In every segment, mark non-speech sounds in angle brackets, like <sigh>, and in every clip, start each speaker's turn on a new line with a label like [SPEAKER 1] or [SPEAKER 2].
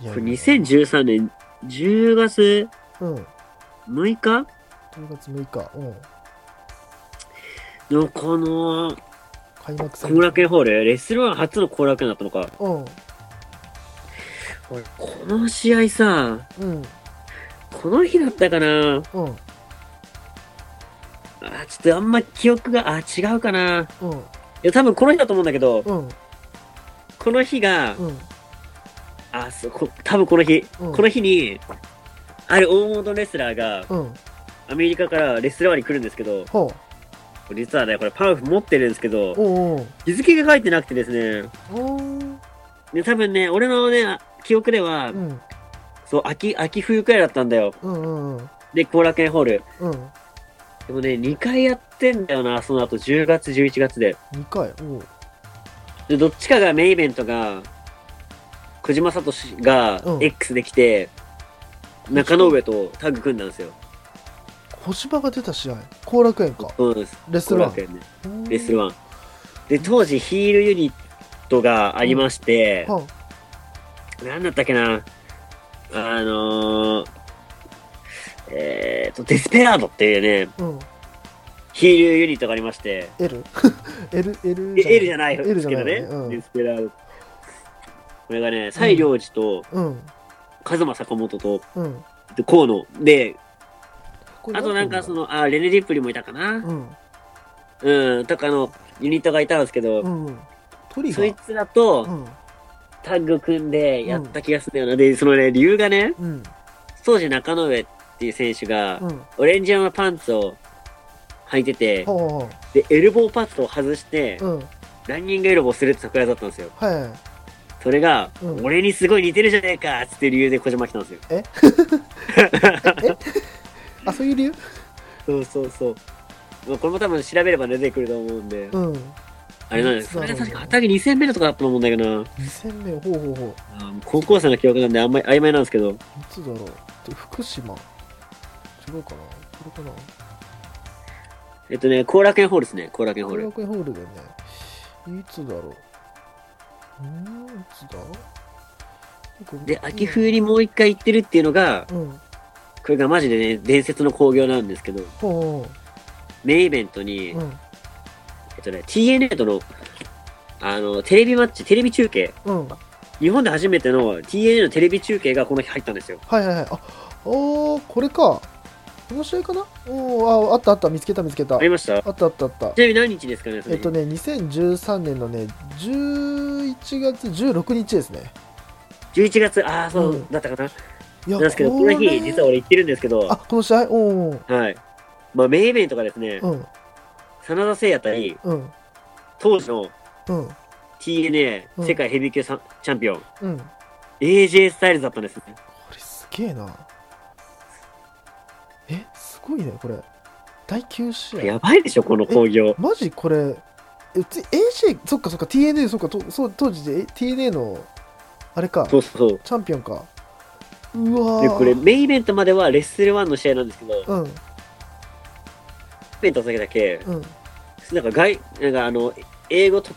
[SPEAKER 1] いや
[SPEAKER 2] これ2013年10月
[SPEAKER 1] うん10
[SPEAKER 2] 6日
[SPEAKER 1] 月6日うん
[SPEAKER 2] のこの
[SPEAKER 1] 開幕戦
[SPEAKER 2] 後楽園ホール、レスロワン初の後楽園だったのか。
[SPEAKER 1] うん
[SPEAKER 2] この試合さ、
[SPEAKER 1] うん
[SPEAKER 2] この日だったかな
[SPEAKER 1] うん
[SPEAKER 2] あーちょっとあんま記憶が、あー違うかな
[SPEAKER 1] うん
[SPEAKER 2] いや、多分この日だと思うんだけど、
[SPEAKER 1] うん
[SPEAKER 2] この日が、
[SPEAKER 1] うん
[SPEAKER 2] あ、そう、こ多分この日、
[SPEAKER 1] うん
[SPEAKER 2] この日に、ある大物レスラーが、
[SPEAKER 1] うん
[SPEAKER 2] アメリカからレスラーに来るんですけど、
[SPEAKER 1] ほ
[SPEAKER 2] 実はね、これパンフ持ってるんですけど
[SPEAKER 1] う、おうおう
[SPEAKER 2] 日付が書いてなくてですね、
[SPEAKER 1] おー
[SPEAKER 2] で多分ね、俺のね、あ記憶では、
[SPEAKER 1] うん
[SPEAKER 2] そう、秋、秋冬くらいだったんだよ。
[SPEAKER 1] うんうんうん
[SPEAKER 2] で、後楽園ホール。
[SPEAKER 1] うん
[SPEAKER 2] でもね、2回やってんだよな、その後、10月、11月で。
[SPEAKER 1] 2回おう
[SPEAKER 2] で、どっちかがメインイベントが、小島聡が
[SPEAKER 1] うん
[SPEAKER 2] X で来て、中野上とタッグ組んだんですよ。
[SPEAKER 1] 星葉が出た試合後楽園か
[SPEAKER 2] そうなんです。
[SPEAKER 1] レスラン
[SPEAKER 2] 後楽園ね
[SPEAKER 1] レ
[SPEAKER 2] レスラン。で、当時ヒールユニットがありまして、
[SPEAKER 1] は
[SPEAKER 2] なんだったっけな、あのー、えっ、と、デスペラードっていうね、
[SPEAKER 1] うん
[SPEAKER 2] ヒールユニットがありまして、
[SPEAKER 1] L <laughs> L L
[SPEAKER 2] え L じゃないで
[SPEAKER 1] L じ
[SPEAKER 2] すけ
[SPEAKER 1] ゃな
[SPEAKER 2] ど
[SPEAKER 1] い
[SPEAKER 2] ね、
[SPEAKER 1] よ
[SPEAKER 2] デ
[SPEAKER 1] ね
[SPEAKER 2] スペラード。これがね、西良寺と、
[SPEAKER 1] うんうん
[SPEAKER 2] 和馬坂本と、
[SPEAKER 1] うん
[SPEAKER 2] で河野。で、
[SPEAKER 1] これ
[SPEAKER 2] あとなんかその、あ、レネ・リップリもいたかな。
[SPEAKER 1] うん
[SPEAKER 2] うん、とかのユニットがいたんですけど、
[SPEAKER 1] うんトリガ
[SPEAKER 2] そい
[SPEAKER 1] ー
[SPEAKER 2] つらと
[SPEAKER 1] うん
[SPEAKER 2] タッグ組んでやった気がするんだよな。で、そのね、理由がね、
[SPEAKER 1] うん
[SPEAKER 2] 当時中野上っていう選手が
[SPEAKER 1] う、ん
[SPEAKER 2] オレンジ色のパンツを履いてて、
[SPEAKER 1] ほうほう
[SPEAKER 2] で、エルボーパッドを外して、
[SPEAKER 1] うん
[SPEAKER 2] ランニングエルボーするって桜だったんですよ。
[SPEAKER 1] はい
[SPEAKER 2] それが、
[SPEAKER 1] うん
[SPEAKER 2] 俺にすごい似てるじゃねえかっつって理由で小島来たんですよ。
[SPEAKER 1] あそういう理由
[SPEAKER 2] そうそうそう。まあこれも多分調べれば出てくると思うんで、
[SPEAKER 1] うん
[SPEAKER 2] あれなんです。
[SPEAKER 1] そ
[SPEAKER 2] そう
[SPEAKER 1] だ
[SPEAKER 2] れ
[SPEAKER 1] ろう
[SPEAKER 2] が
[SPEAKER 1] ね
[SPEAKER 2] 確か畑2戦目とかだったと思うんだけどな。
[SPEAKER 1] 2戦目ほうほうほう
[SPEAKER 2] あー高校生の記憶なんであんまり曖昧なんですけど、
[SPEAKER 1] いつだろうで福島違うかなこれかな
[SPEAKER 2] えっとね、後楽園ホールですね、後楽園ホー
[SPEAKER 1] 後
[SPEAKER 2] ル。
[SPEAKER 1] 楽園ホールだよねいつだろううんいつだこれ
[SPEAKER 2] で、秋冬にもう一回行ってるっていうのが、
[SPEAKER 1] うん
[SPEAKER 2] これがマジでね、伝説の興行なんですけど、
[SPEAKER 1] ほうほ
[SPEAKER 2] メインイベントに、
[SPEAKER 1] ううん
[SPEAKER 2] えっとね、TNA との、あの、テレビマッチ、テレビ中継、
[SPEAKER 1] うん
[SPEAKER 2] 日本で初めての TNA のテレビ中継がこの日入ったんですよ。
[SPEAKER 1] はいはいはい。あ、おー、これか。この試合かなおーあ、あったあった、見つけた見つけた。あ
[SPEAKER 2] ありましたち
[SPEAKER 1] ったあったあった。
[SPEAKER 2] なみに何日ですかね、そ
[SPEAKER 1] え
[SPEAKER 2] れ
[SPEAKER 1] っとね、2013年のね、11月16日ですね。
[SPEAKER 2] 11月、ああ、そううんだったかな。
[SPEAKER 1] いや
[SPEAKER 2] なんですけど、この
[SPEAKER 1] れ
[SPEAKER 2] 日、実は俺行ってるんですけど
[SPEAKER 1] あ、、この試合おー
[SPEAKER 2] はい。まあ、メインイベントがですね
[SPEAKER 1] おー、うん、
[SPEAKER 2] 真田誠也対、
[SPEAKER 1] うん、
[SPEAKER 2] 当時の
[SPEAKER 1] うん、
[SPEAKER 2] TNA
[SPEAKER 1] うん
[SPEAKER 2] 世界ヘビー級さんチャンピオン、
[SPEAKER 1] うん。こ
[SPEAKER 2] AJ スタイルズだったんですね。
[SPEAKER 1] れすげえな。え、すごいね、これ。第9試合。
[SPEAKER 2] やばいでしょ、この興行。
[SPEAKER 1] マジこれ、え、つ AJ、そっかそっか、TNA、そっか、とそう当時でえ TNA の、あれか、チ
[SPEAKER 2] そうそう
[SPEAKER 1] ャンピオンか。うわ
[SPEAKER 2] そう。
[SPEAKER 1] ー
[SPEAKER 2] で、これ、メインイベントまではレッスル1の試合なんですけど、メインイ
[SPEAKER 1] うん
[SPEAKER 2] ベントだけだけ、
[SPEAKER 1] うん
[SPEAKER 2] なんか外、なんかあの、英語と、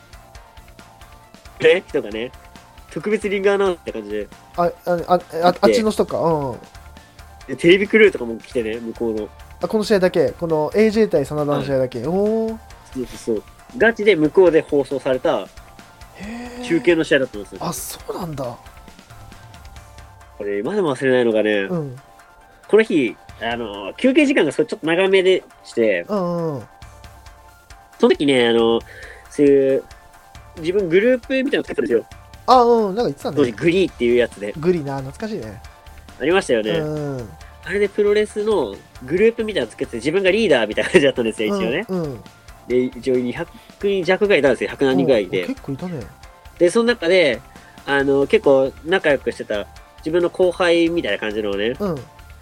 [SPEAKER 2] ね、人がね、特別リングアナウンスって感じで、
[SPEAKER 1] あああああっちの人かうん
[SPEAKER 2] でテレビクルーとかも来てね、向こうの。
[SPEAKER 1] あこの試合だけこの AJ 対真田の試合だけ、おお
[SPEAKER 2] そうそうそう。ガチで向こうで放送された
[SPEAKER 1] へえ
[SPEAKER 2] 中継の試合だったんですよ。
[SPEAKER 1] あそうなんだ
[SPEAKER 2] これ、今でも忘れないのがね、
[SPEAKER 1] うん
[SPEAKER 2] この日、あの、休憩時間がそれちょっと長めでして、
[SPEAKER 1] うんうん
[SPEAKER 2] その時ね、あの、そういう、自分グループみたいなの作ったんですよ。
[SPEAKER 1] あうんなんか言ってた
[SPEAKER 2] 当時
[SPEAKER 1] ね
[SPEAKER 2] グリーっていうやつで。
[SPEAKER 1] グリな懐かしいね
[SPEAKER 2] ありましたよね。
[SPEAKER 1] うんうん
[SPEAKER 2] あれでプロレスのグループみたいなの作ってて自分がリーダーみたいな感じだったんですよ、一応ね。
[SPEAKER 1] うん
[SPEAKER 2] で、一応200人弱ぐらいいたんですよ、100何人ぐらいい
[SPEAKER 1] お
[SPEAKER 2] て。
[SPEAKER 1] 結構いたね
[SPEAKER 2] で、その中で、あの、結構仲良くしてた自分の後輩みたいな感じのね、
[SPEAKER 1] うん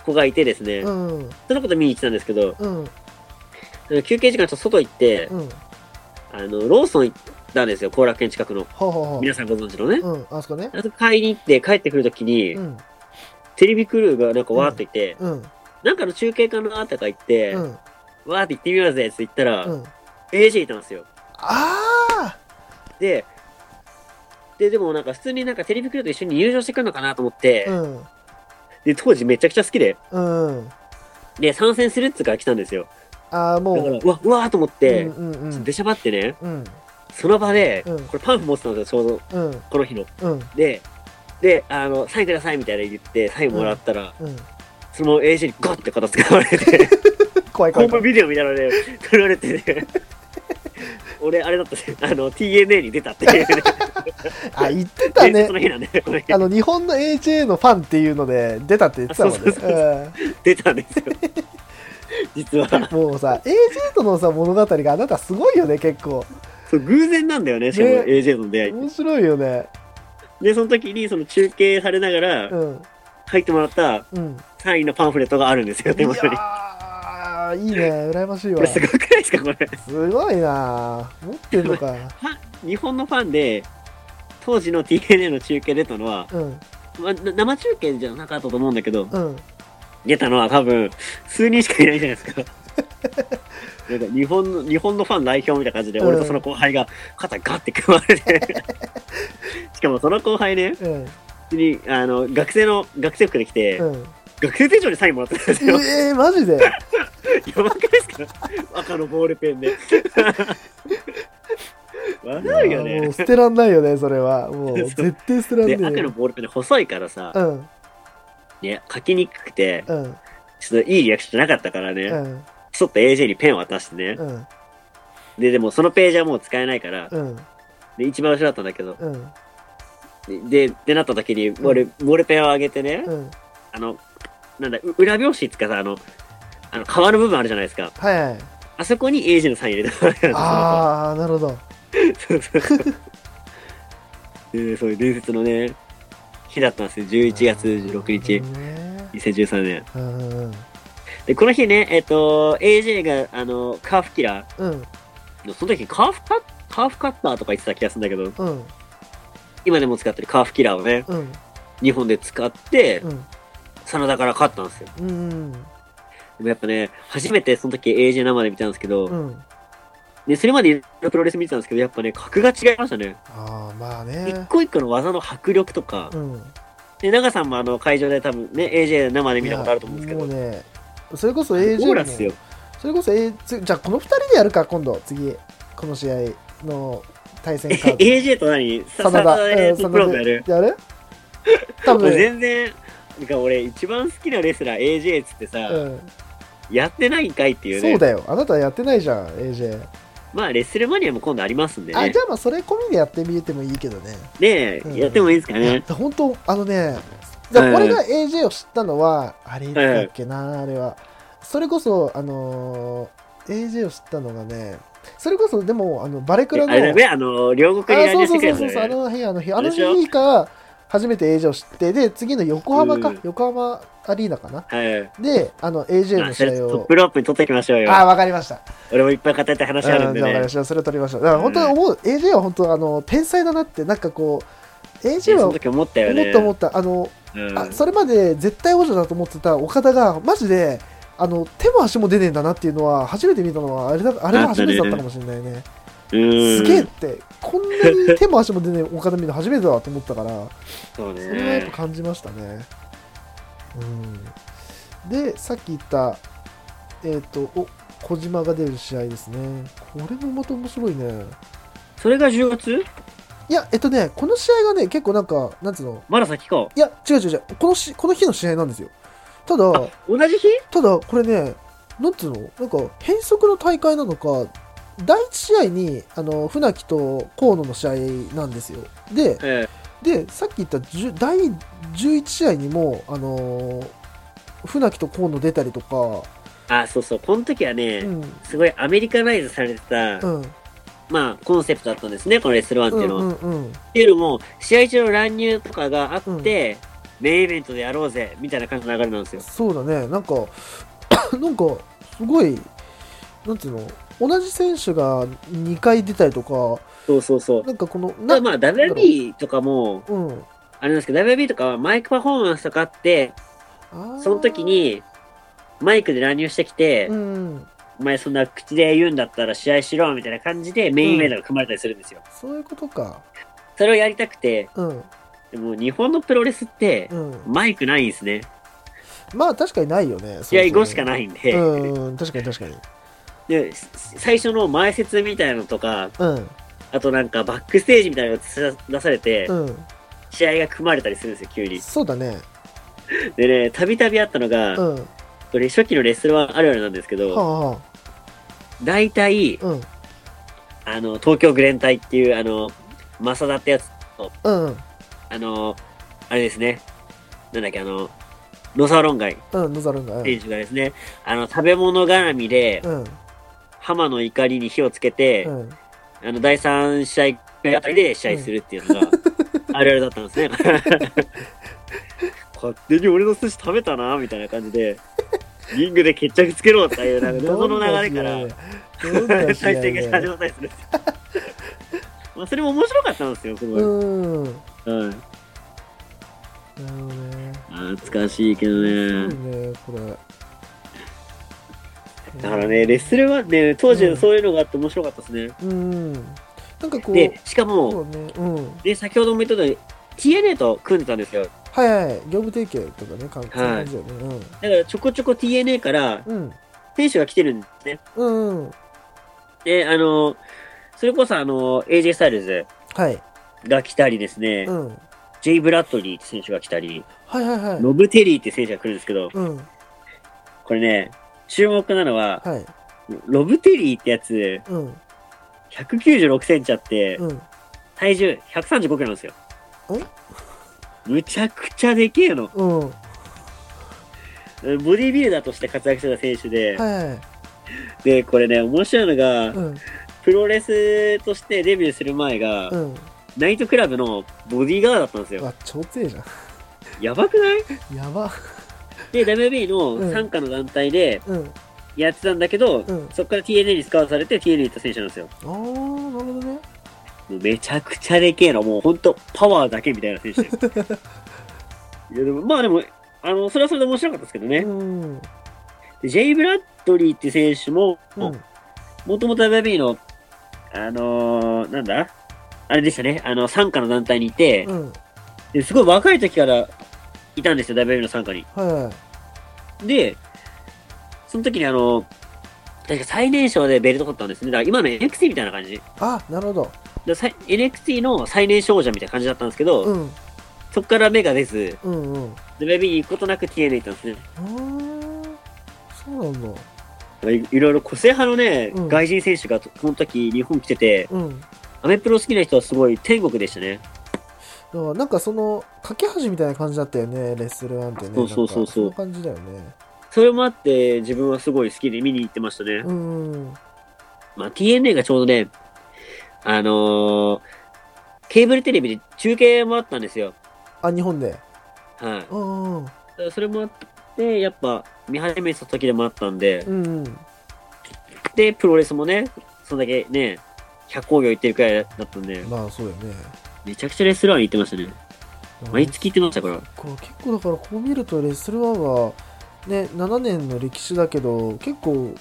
[SPEAKER 2] 子がいてですね、
[SPEAKER 1] うん
[SPEAKER 2] そのこと見に行ってたんですけど、
[SPEAKER 1] うん
[SPEAKER 2] あの休憩時間ちょっと外行って、
[SPEAKER 1] うん
[SPEAKER 2] あの、ローソン行ったんですよ、後楽園近くの。
[SPEAKER 1] ほうほうほう
[SPEAKER 2] 皆さんご存知のね。
[SPEAKER 1] うんあそこね
[SPEAKER 2] あと買いに行って帰ってくるときに、
[SPEAKER 1] うん
[SPEAKER 2] テレビクルーがなんかわーっていて、
[SPEAKER 1] うん
[SPEAKER 2] なんかの中継かなとか言って、
[SPEAKER 1] うん
[SPEAKER 2] わーって行ってみようぜって言ったら、
[SPEAKER 1] うん
[SPEAKER 2] AJ いたんですよ。
[SPEAKER 1] ああ
[SPEAKER 2] で、で、でもなんか普通になんかテレビクルーと一緒に入場してくるのかなと思って、
[SPEAKER 1] うん
[SPEAKER 2] で、当時めちゃくちゃ好きで、
[SPEAKER 1] うん
[SPEAKER 2] で、参戦するっつうから来たんですよ。
[SPEAKER 1] ああもう
[SPEAKER 2] だから、うわ、うわーと思って、
[SPEAKER 1] うんうんうん
[SPEAKER 2] でしゃばってね、
[SPEAKER 1] うん
[SPEAKER 2] その場で、
[SPEAKER 1] うん
[SPEAKER 2] これパンフ持ってたんですよ、ちょうど、
[SPEAKER 1] うん
[SPEAKER 2] この日の。
[SPEAKER 1] うん
[SPEAKER 2] で、で、あの、サインくださいみたいな言って、サインもらったら、
[SPEAKER 1] うん
[SPEAKER 2] その AJ にガッて片付けら
[SPEAKER 1] <laughs>
[SPEAKER 2] れて、
[SPEAKER 1] 怖い
[SPEAKER 2] ホ
[SPEAKER 1] 怖い怖
[SPEAKER 2] ーム
[SPEAKER 1] い
[SPEAKER 2] ビデオみたいなので撮られてね、 <laughs> 俺、あれだったね、あの、TNA に出たっていうね、
[SPEAKER 1] あ言ってたね
[SPEAKER 2] その日なんで、この日
[SPEAKER 1] あの日本の AJ のファンっていうので出たって言ってたもん
[SPEAKER 2] あそうそうそう
[SPEAKER 1] ね
[SPEAKER 2] 出たんですよ。実は、
[SPEAKER 1] うんもうさ AJ とのさ物語があなたすごいよね結構
[SPEAKER 2] そう偶然なんだよね、しかも
[SPEAKER 1] ね
[SPEAKER 2] AJ との出会いって。
[SPEAKER 1] 面白いよね
[SPEAKER 2] で、その時にその中継されなが
[SPEAKER 1] う
[SPEAKER 2] ら、
[SPEAKER 1] ん
[SPEAKER 2] 入ってもらった
[SPEAKER 1] うん
[SPEAKER 2] サインのパンフレットがあるんですよ、
[SPEAKER 1] い
[SPEAKER 2] 手
[SPEAKER 1] や
[SPEAKER 2] 元に。
[SPEAKER 1] ーいいね羨ましい
[SPEAKER 2] こ
[SPEAKER 1] わ
[SPEAKER 2] れすごくないですか、これ。
[SPEAKER 1] すごいな持ってんの
[SPEAKER 2] <laughs>
[SPEAKER 1] か
[SPEAKER 2] ファン日本のファンで、当時の TNA の中継出たのは、
[SPEAKER 1] うん
[SPEAKER 2] まあ、な生中継じゃなかったと思うんだけど、
[SPEAKER 1] うん
[SPEAKER 2] 出たのは多分、数人しかいないじゃないですか。
[SPEAKER 1] <laughs>
[SPEAKER 2] なんか日本の日本のファン代表みたいな感じで、
[SPEAKER 1] うん
[SPEAKER 2] 俺とその後輩が肩ガッて組ま
[SPEAKER 1] <laughs>
[SPEAKER 2] れてしかもその後輩ね
[SPEAKER 1] うん
[SPEAKER 2] 普通にあの学生の学生服で来て、
[SPEAKER 1] うん
[SPEAKER 2] 学生手帳にサインもらったんです
[SPEAKER 1] <laughs>
[SPEAKER 2] よ、
[SPEAKER 1] ええー、マジで
[SPEAKER 2] やばくないですか赤のボールペン
[SPEAKER 1] <laughs>
[SPEAKER 2] で笑うよ
[SPEAKER 1] いやもう
[SPEAKER 2] ね
[SPEAKER 1] 捨てらんないよねそれはもう
[SPEAKER 2] そう
[SPEAKER 1] 絶対捨てらん
[SPEAKER 2] で
[SPEAKER 1] ねえ
[SPEAKER 2] 赤のボールペンで細いからさ、
[SPEAKER 1] うん
[SPEAKER 2] ね、書きにくくて
[SPEAKER 1] うん
[SPEAKER 2] ちょっといいリアクションなかったからね、
[SPEAKER 1] うん
[SPEAKER 2] ちょっと AJ にペン渡してね、
[SPEAKER 1] うん
[SPEAKER 2] ででもそのページはもう使えないから、
[SPEAKER 1] うん
[SPEAKER 2] で一番後ろだったんだけど
[SPEAKER 1] うん
[SPEAKER 2] でってなった時に俺、ボールペンを上げてね、
[SPEAKER 1] うん
[SPEAKER 2] あのなんだう裏表紙っつうかさあのあの革の部分あるじゃないですか
[SPEAKER 1] はいはい
[SPEAKER 2] あそこに AJ のサイン入れてもらったんですよ
[SPEAKER 1] ああなるほど
[SPEAKER 2] <laughs> そうそうそう。でそういう伝説のね、日だったんですよ。11月16日、
[SPEAKER 1] 日
[SPEAKER 2] 2013年。
[SPEAKER 1] うんうん
[SPEAKER 2] で、この日ね、えっと、AJ が、あの、カーフキラ
[SPEAKER 1] うん
[SPEAKER 2] ーの、その時カーフカッカーフカッターとか言ってた気がするんだけど、
[SPEAKER 1] うん
[SPEAKER 2] 今でも使ってるカーフキラーをね、
[SPEAKER 1] うん
[SPEAKER 2] 日本で使って
[SPEAKER 1] う、ん
[SPEAKER 2] 真田から勝ったんですよ。
[SPEAKER 1] うん
[SPEAKER 2] でもやっぱね、初めてその時 AJ 生で見たんですけど、
[SPEAKER 1] うん
[SPEAKER 2] で、それまでいろいろプロレス見てたんですけど、やっぱね、格が違いましたね。
[SPEAKER 1] ああまあ
[SPEAKER 2] 一
[SPEAKER 1] ね
[SPEAKER 2] 個一個の技の迫力とか、
[SPEAKER 1] うん
[SPEAKER 2] で、長さんもあの、会場で多分ね、AJ 生で見たことあると思うんですけど
[SPEAKER 1] いや、もうねそれこそ
[SPEAKER 2] オ
[SPEAKER 1] AJ
[SPEAKER 2] ーラっすよ
[SPEAKER 1] も。それこそ A つじゃあこの二人でやるか今度次この試合の対戦カー
[SPEAKER 2] <laughs>
[SPEAKER 1] ド
[SPEAKER 2] AJ と何ささだえ
[SPEAKER 1] 真
[SPEAKER 2] プロとやる
[SPEAKER 1] 田やる多
[SPEAKER 2] もう
[SPEAKER 1] 分
[SPEAKER 2] 全然、なんか俺一番好きなレスラー AJ っつってさ、
[SPEAKER 1] うん
[SPEAKER 2] やってないんかいっていうね。
[SPEAKER 1] そうだよあなたやってないじゃん AJ
[SPEAKER 2] まあレスルマニアも今度ありますんで
[SPEAKER 1] あ
[SPEAKER 2] ね
[SPEAKER 1] じ。ゃあまあそれ込みでやってみてもいいけどね
[SPEAKER 2] ねえ、
[SPEAKER 1] うん
[SPEAKER 2] やってもいいですか
[SPEAKER 1] いや
[SPEAKER 2] ね。
[SPEAKER 1] 本当あのねじゃあこれが AJ を知ったのは、あれいつだっけな、あれはそれこそあのー AJ を知ったのがねそれこそでもあのバレク
[SPEAKER 2] あ
[SPEAKER 1] ラの
[SPEAKER 2] れだね、あの、両国に乱
[SPEAKER 1] あそう
[SPEAKER 2] 入し
[SPEAKER 1] そ
[SPEAKER 2] て
[SPEAKER 1] う
[SPEAKER 2] く
[SPEAKER 1] そうそ
[SPEAKER 2] れた
[SPEAKER 1] うそうあの
[SPEAKER 2] ね。
[SPEAKER 1] 日あの日あの
[SPEAKER 2] でしょ
[SPEAKER 1] 日か初めて AJ を知ってで次の横浜か、
[SPEAKER 2] うん
[SPEAKER 1] 横浜アリーナかな
[SPEAKER 2] はい。
[SPEAKER 1] であの AJ の
[SPEAKER 2] あそれ
[SPEAKER 1] 試
[SPEAKER 2] ト
[SPEAKER 1] 合
[SPEAKER 2] ッ
[SPEAKER 1] を
[SPEAKER 2] プロープに取っていきましょう
[SPEAKER 1] あ
[SPEAKER 2] よ。
[SPEAKER 1] わかりました
[SPEAKER 2] 俺もいっぱい語りたい話あるんで
[SPEAKER 1] うんじゃあわかり
[SPEAKER 2] ね
[SPEAKER 1] ま。したそれ取りましょうだから本当に思う、AJ は本当あの天才だなってなんかこう
[SPEAKER 2] そ
[SPEAKER 1] AJ は
[SPEAKER 2] の
[SPEAKER 1] 思っ
[SPEAKER 2] 時思ったよね。
[SPEAKER 1] た思ったあの
[SPEAKER 2] うん
[SPEAKER 1] あそれまで絶対王者だと思ってた岡田がマジであの手も足も出ねえんだなっていうのは初めて見たのはあれだあれが初めてだったかもしれないね
[SPEAKER 2] うん
[SPEAKER 1] すげえってこんなに手も足も出ねえ岡田見るの初めてだと思ったから
[SPEAKER 2] そう
[SPEAKER 1] それはやっぱ
[SPEAKER 2] ね。
[SPEAKER 1] 感じましたねうんでさっき言ったえっ、とお小島が出る試合ですねこれもまた面白いね
[SPEAKER 2] それが10月
[SPEAKER 1] いやえっとねこの試合がね結構なんかなんつうの
[SPEAKER 2] まだ先か。
[SPEAKER 1] いや違う違う違うこのしこの日の試合なんですよただ
[SPEAKER 2] 同じ日
[SPEAKER 1] ただこれねなんつうのなんか変則の大会なのか第一試合にあの船木と河野の試合なんですよで
[SPEAKER 2] え
[SPEAKER 1] でさっき言った10第11試合にもあのー船木と河野出たりとか
[SPEAKER 2] えあ、そうそう。この時はね、
[SPEAKER 1] うん
[SPEAKER 2] すごいアメリカナイズされてた、
[SPEAKER 1] うん
[SPEAKER 2] まあ、コンセプトだったんですね、このレスルワンっ
[SPEAKER 1] う
[SPEAKER 2] ていうんのは。
[SPEAKER 1] う
[SPEAKER 2] っ
[SPEAKER 1] んうん
[SPEAKER 2] ていうのも、試合中の乱入とかがあって、メインイベントでやろうぜ、みたいな感じの流れなんですよ。
[SPEAKER 1] そうだねなんか <coughs> なんかすごいなんつうの同じ選手が2回出たりとか
[SPEAKER 2] そうそうそう。
[SPEAKER 1] なんかこの
[SPEAKER 2] た
[SPEAKER 1] な
[SPEAKER 2] だまあ、WB とかも、
[SPEAKER 1] うん
[SPEAKER 2] あれなんですけど、WB とかはマイクパフォーマンスとかあって、
[SPEAKER 1] あー
[SPEAKER 2] その時に、マイクで乱入してきて、
[SPEAKER 1] うん
[SPEAKER 2] お前そんな口で言うんだったら試合しろ、みたいな感じでメインイベントが組まれたりするんですよ。
[SPEAKER 1] そういうことか
[SPEAKER 2] それをやりたくて、
[SPEAKER 1] うん
[SPEAKER 2] でも日本のプロレスって、
[SPEAKER 1] うん
[SPEAKER 2] マイクないんですね。
[SPEAKER 1] まあ確かにないよね
[SPEAKER 2] 試合後しかないいんで、
[SPEAKER 1] うんうん確かに確かに
[SPEAKER 2] で、最初の前説みたいなのとか、
[SPEAKER 1] うん
[SPEAKER 2] あとなんかバックステージみたいなのが出されて、
[SPEAKER 1] うん
[SPEAKER 2] 試合が組まれたりするんですよ、急に。
[SPEAKER 1] そうだね
[SPEAKER 2] でね、たびたびあったのが、
[SPEAKER 1] うんは
[SPEAKER 2] これ初期のレッスルはあるあるなんですけ
[SPEAKER 1] あ
[SPEAKER 2] ど、
[SPEAKER 1] は
[SPEAKER 2] 大体、
[SPEAKER 1] あうん
[SPEAKER 2] あの、東京グレン隊っていう、あの、マサダってやつ、
[SPEAKER 1] うん
[SPEAKER 2] あの、あれですね、なんだっけ、あの、ロサロン街
[SPEAKER 1] うん野ざるんがうん
[SPEAKER 2] 選手がですね、あの、食べ物絡みで、
[SPEAKER 1] うん
[SPEAKER 2] 浜の怒りに火をつけて、
[SPEAKER 1] うん
[SPEAKER 2] あの、第3試合あたりで試合するっていうのが、 <laughs> あるあるだった
[SPEAKER 1] <laughs>
[SPEAKER 2] んですね。勝手に俺の寿司食べたな、みたいな感じで、リングで決着つけろってい
[SPEAKER 1] <laughs>
[SPEAKER 2] う、なんか謎の流れから、
[SPEAKER 1] どんな
[SPEAKER 2] 対
[SPEAKER 1] 試合だよ
[SPEAKER 2] 戦が始まったりするんですよ。
[SPEAKER 1] <laughs>
[SPEAKER 2] まあ、それも面白かったんですよ、すごい。
[SPEAKER 1] うんなる
[SPEAKER 2] うん。
[SPEAKER 1] ほどね
[SPEAKER 2] 懐かしいけど
[SPEAKER 1] すご
[SPEAKER 2] ね
[SPEAKER 1] い。ねこれ
[SPEAKER 2] だからね、レッスルはね、当時のそういうのがあって面白かったですね。
[SPEAKER 1] うんなんかこう
[SPEAKER 2] で、しか
[SPEAKER 1] そ
[SPEAKER 2] も、
[SPEAKER 1] うねうん
[SPEAKER 2] で、先ほども言った通り、TNA と組んでたんですよ。
[SPEAKER 1] はいはい業務提携とかね関係
[SPEAKER 2] はい
[SPEAKER 1] だよね
[SPEAKER 2] だからちょこちょこ TNA から
[SPEAKER 1] うん
[SPEAKER 2] 選手が来てるんですね。
[SPEAKER 1] うんうん
[SPEAKER 2] で、あの、それこそあの、AJ スタイルズ
[SPEAKER 1] はい
[SPEAKER 2] が来たりですね、
[SPEAKER 1] うん
[SPEAKER 2] ジェイ・ブラッドリーって選手が来たり、
[SPEAKER 1] はいはいはい
[SPEAKER 2] ロブ・テリーって選手が来るんですけど、
[SPEAKER 1] うん
[SPEAKER 2] これね、注目なのは、
[SPEAKER 1] はい
[SPEAKER 2] ロブ・テリーってやつ、
[SPEAKER 1] うん
[SPEAKER 2] 196センチあって、
[SPEAKER 1] うん
[SPEAKER 2] 体重135キロなんですよ。
[SPEAKER 1] え
[SPEAKER 2] むちゃくちゃでけえの。
[SPEAKER 1] うんは
[SPEAKER 2] ボディービルダーとして活躍してた選手で
[SPEAKER 1] い、は
[SPEAKER 2] で、これね、面白いのが
[SPEAKER 1] い、うん
[SPEAKER 2] プロレスとしてデビューする前が、
[SPEAKER 1] うん
[SPEAKER 2] ナイトクラブのボディーガードだったんです
[SPEAKER 1] う
[SPEAKER 2] よ。
[SPEAKER 1] わ超強いじゃ
[SPEAKER 2] やばくない
[SPEAKER 1] んやば
[SPEAKER 2] で、WB の
[SPEAKER 1] うん
[SPEAKER 2] 傘下の団体で
[SPEAKER 1] うん
[SPEAKER 2] やってたんだけど、
[SPEAKER 1] うん
[SPEAKER 2] そこから TNA にスカウトされて TNA に行った選手なんですよ。
[SPEAKER 1] ああなるほどね
[SPEAKER 2] もうめちゃくちゃでけえの、もうほんとパワーだけみたい
[SPEAKER 1] <laughs>
[SPEAKER 2] な選手。いやでも、まあでも、あの、それはそれで面白かったですけどね
[SPEAKER 1] う。ん
[SPEAKER 2] でジェイ・ブラッドリーって選手も、
[SPEAKER 1] うん
[SPEAKER 2] もともと WB の、あのーなんだあれでしたね、あの、傘下の団体にいて、
[SPEAKER 1] うん
[SPEAKER 2] ですごい若い時からいたんですよ、WB の傘下に。
[SPEAKER 1] は
[SPEAKER 2] で、その時にあの、確か最年少でベルト取ったんですね。だから今の NXT みたいな感じ。だか
[SPEAKER 1] いあなるほど
[SPEAKER 2] らさい NXT の最年少王者みたいな感じだったんですけど、
[SPEAKER 1] うん
[SPEAKER 2] そこから目が出ず、
[SPEAKER 1] うんうんう
[SPEAKER 2] で、ベビーに行くことなく TNA 行ったんですね。
[SPEAKER 1] ーんそうなんだ
[SPEAKER 2] いいろいろ個性派のね、
[SPEAKER 1] うん
[SPEAKER 2] 外人選手がとその時日本来てて、
[SPEAKER 1] うん
[SPEAKER 2] アメプロ好きな人はすごい天国でしたね。
[SPEAKER 1] だからなんかその架け橋みたいな感じだったよねレッスルワンってね
[SPEAKER 2] そうそうそうそう
[SPEAKER 1] なんかそんな感じだよね
[SPEAKER 2] それもあって、自分はすごい好きで見に行ってましたね。
[SPEAKER 1] うん
[SPEAKER 2] まあ、TNA がちょうどね、あのーケーブルテレビで中継もあったんですよ。
[SPEAKER 1] あ日本で
[SPEAKER 2] はい、
[SPEAKER 1] うんうん
[SPEAKER 2] それもあって、やっぱ見始めた時でもあったんで、
[SPEAKER 1] うん
[SPEAKER 2] で、プロレスもね、そんだけね、100工業行ってるくらいだったんで、
[SPEAKER 1] まあそうだよね
[SPEAKER 2] めちゃくちゃレスラーに行ってましたね。毎月行ってましたから。
[SPEAKER 1] こう結構だからこう見るとレッスルワンはね7年の歴史だけど結構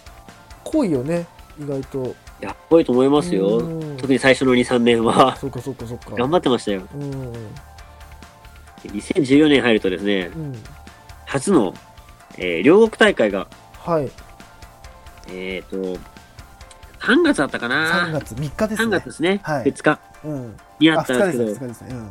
[SPEAKER 1] 濃いよね意外と
[SPEAKER 2] やっぽいと思いますよ。
[SPEAKER 1] うん。
[SPEAKER 2] 特に最初の2、3年は
[SPEAKER 1] そうかそうかそうか
[SPEAKER 2] 頑張ってましたよ。
[SPEAKER 1] うん
[SPEAKER 2] 2014年入るとですね
[SPEAKER 1] う、ん
[SPEAKER 2] 初の、えー両国大会が、
[SPEAKER 1] はい
[SPEAKER 2] えっ、と、3月だったか
[SPEAKER 1] 3
[SPEAKER 2] な
[SPEAKER 1] 月3日です
[SPEAKER 2] 3
[SPEAKER 1] ね
[SPEAKER 2] 月ですね。
[SPEAKER 1] はい
[SPEAKER 2] 2日
[SPEAKER 1] うん
[SPEAKER 2] に
[SPEAKER 1] あ
[SPEAKER 2] あった
[SPEAKER 1] 2
[SPEAKER 2] んで
[SPEAKER 1] 日
[SPEAKER 2] す
[SPEAKER 1] で
[SPEAKER 2] け
[SPEAKER 1] す
[SPEAKER 2] ど
[SPEAKER 1] ね、2日ですね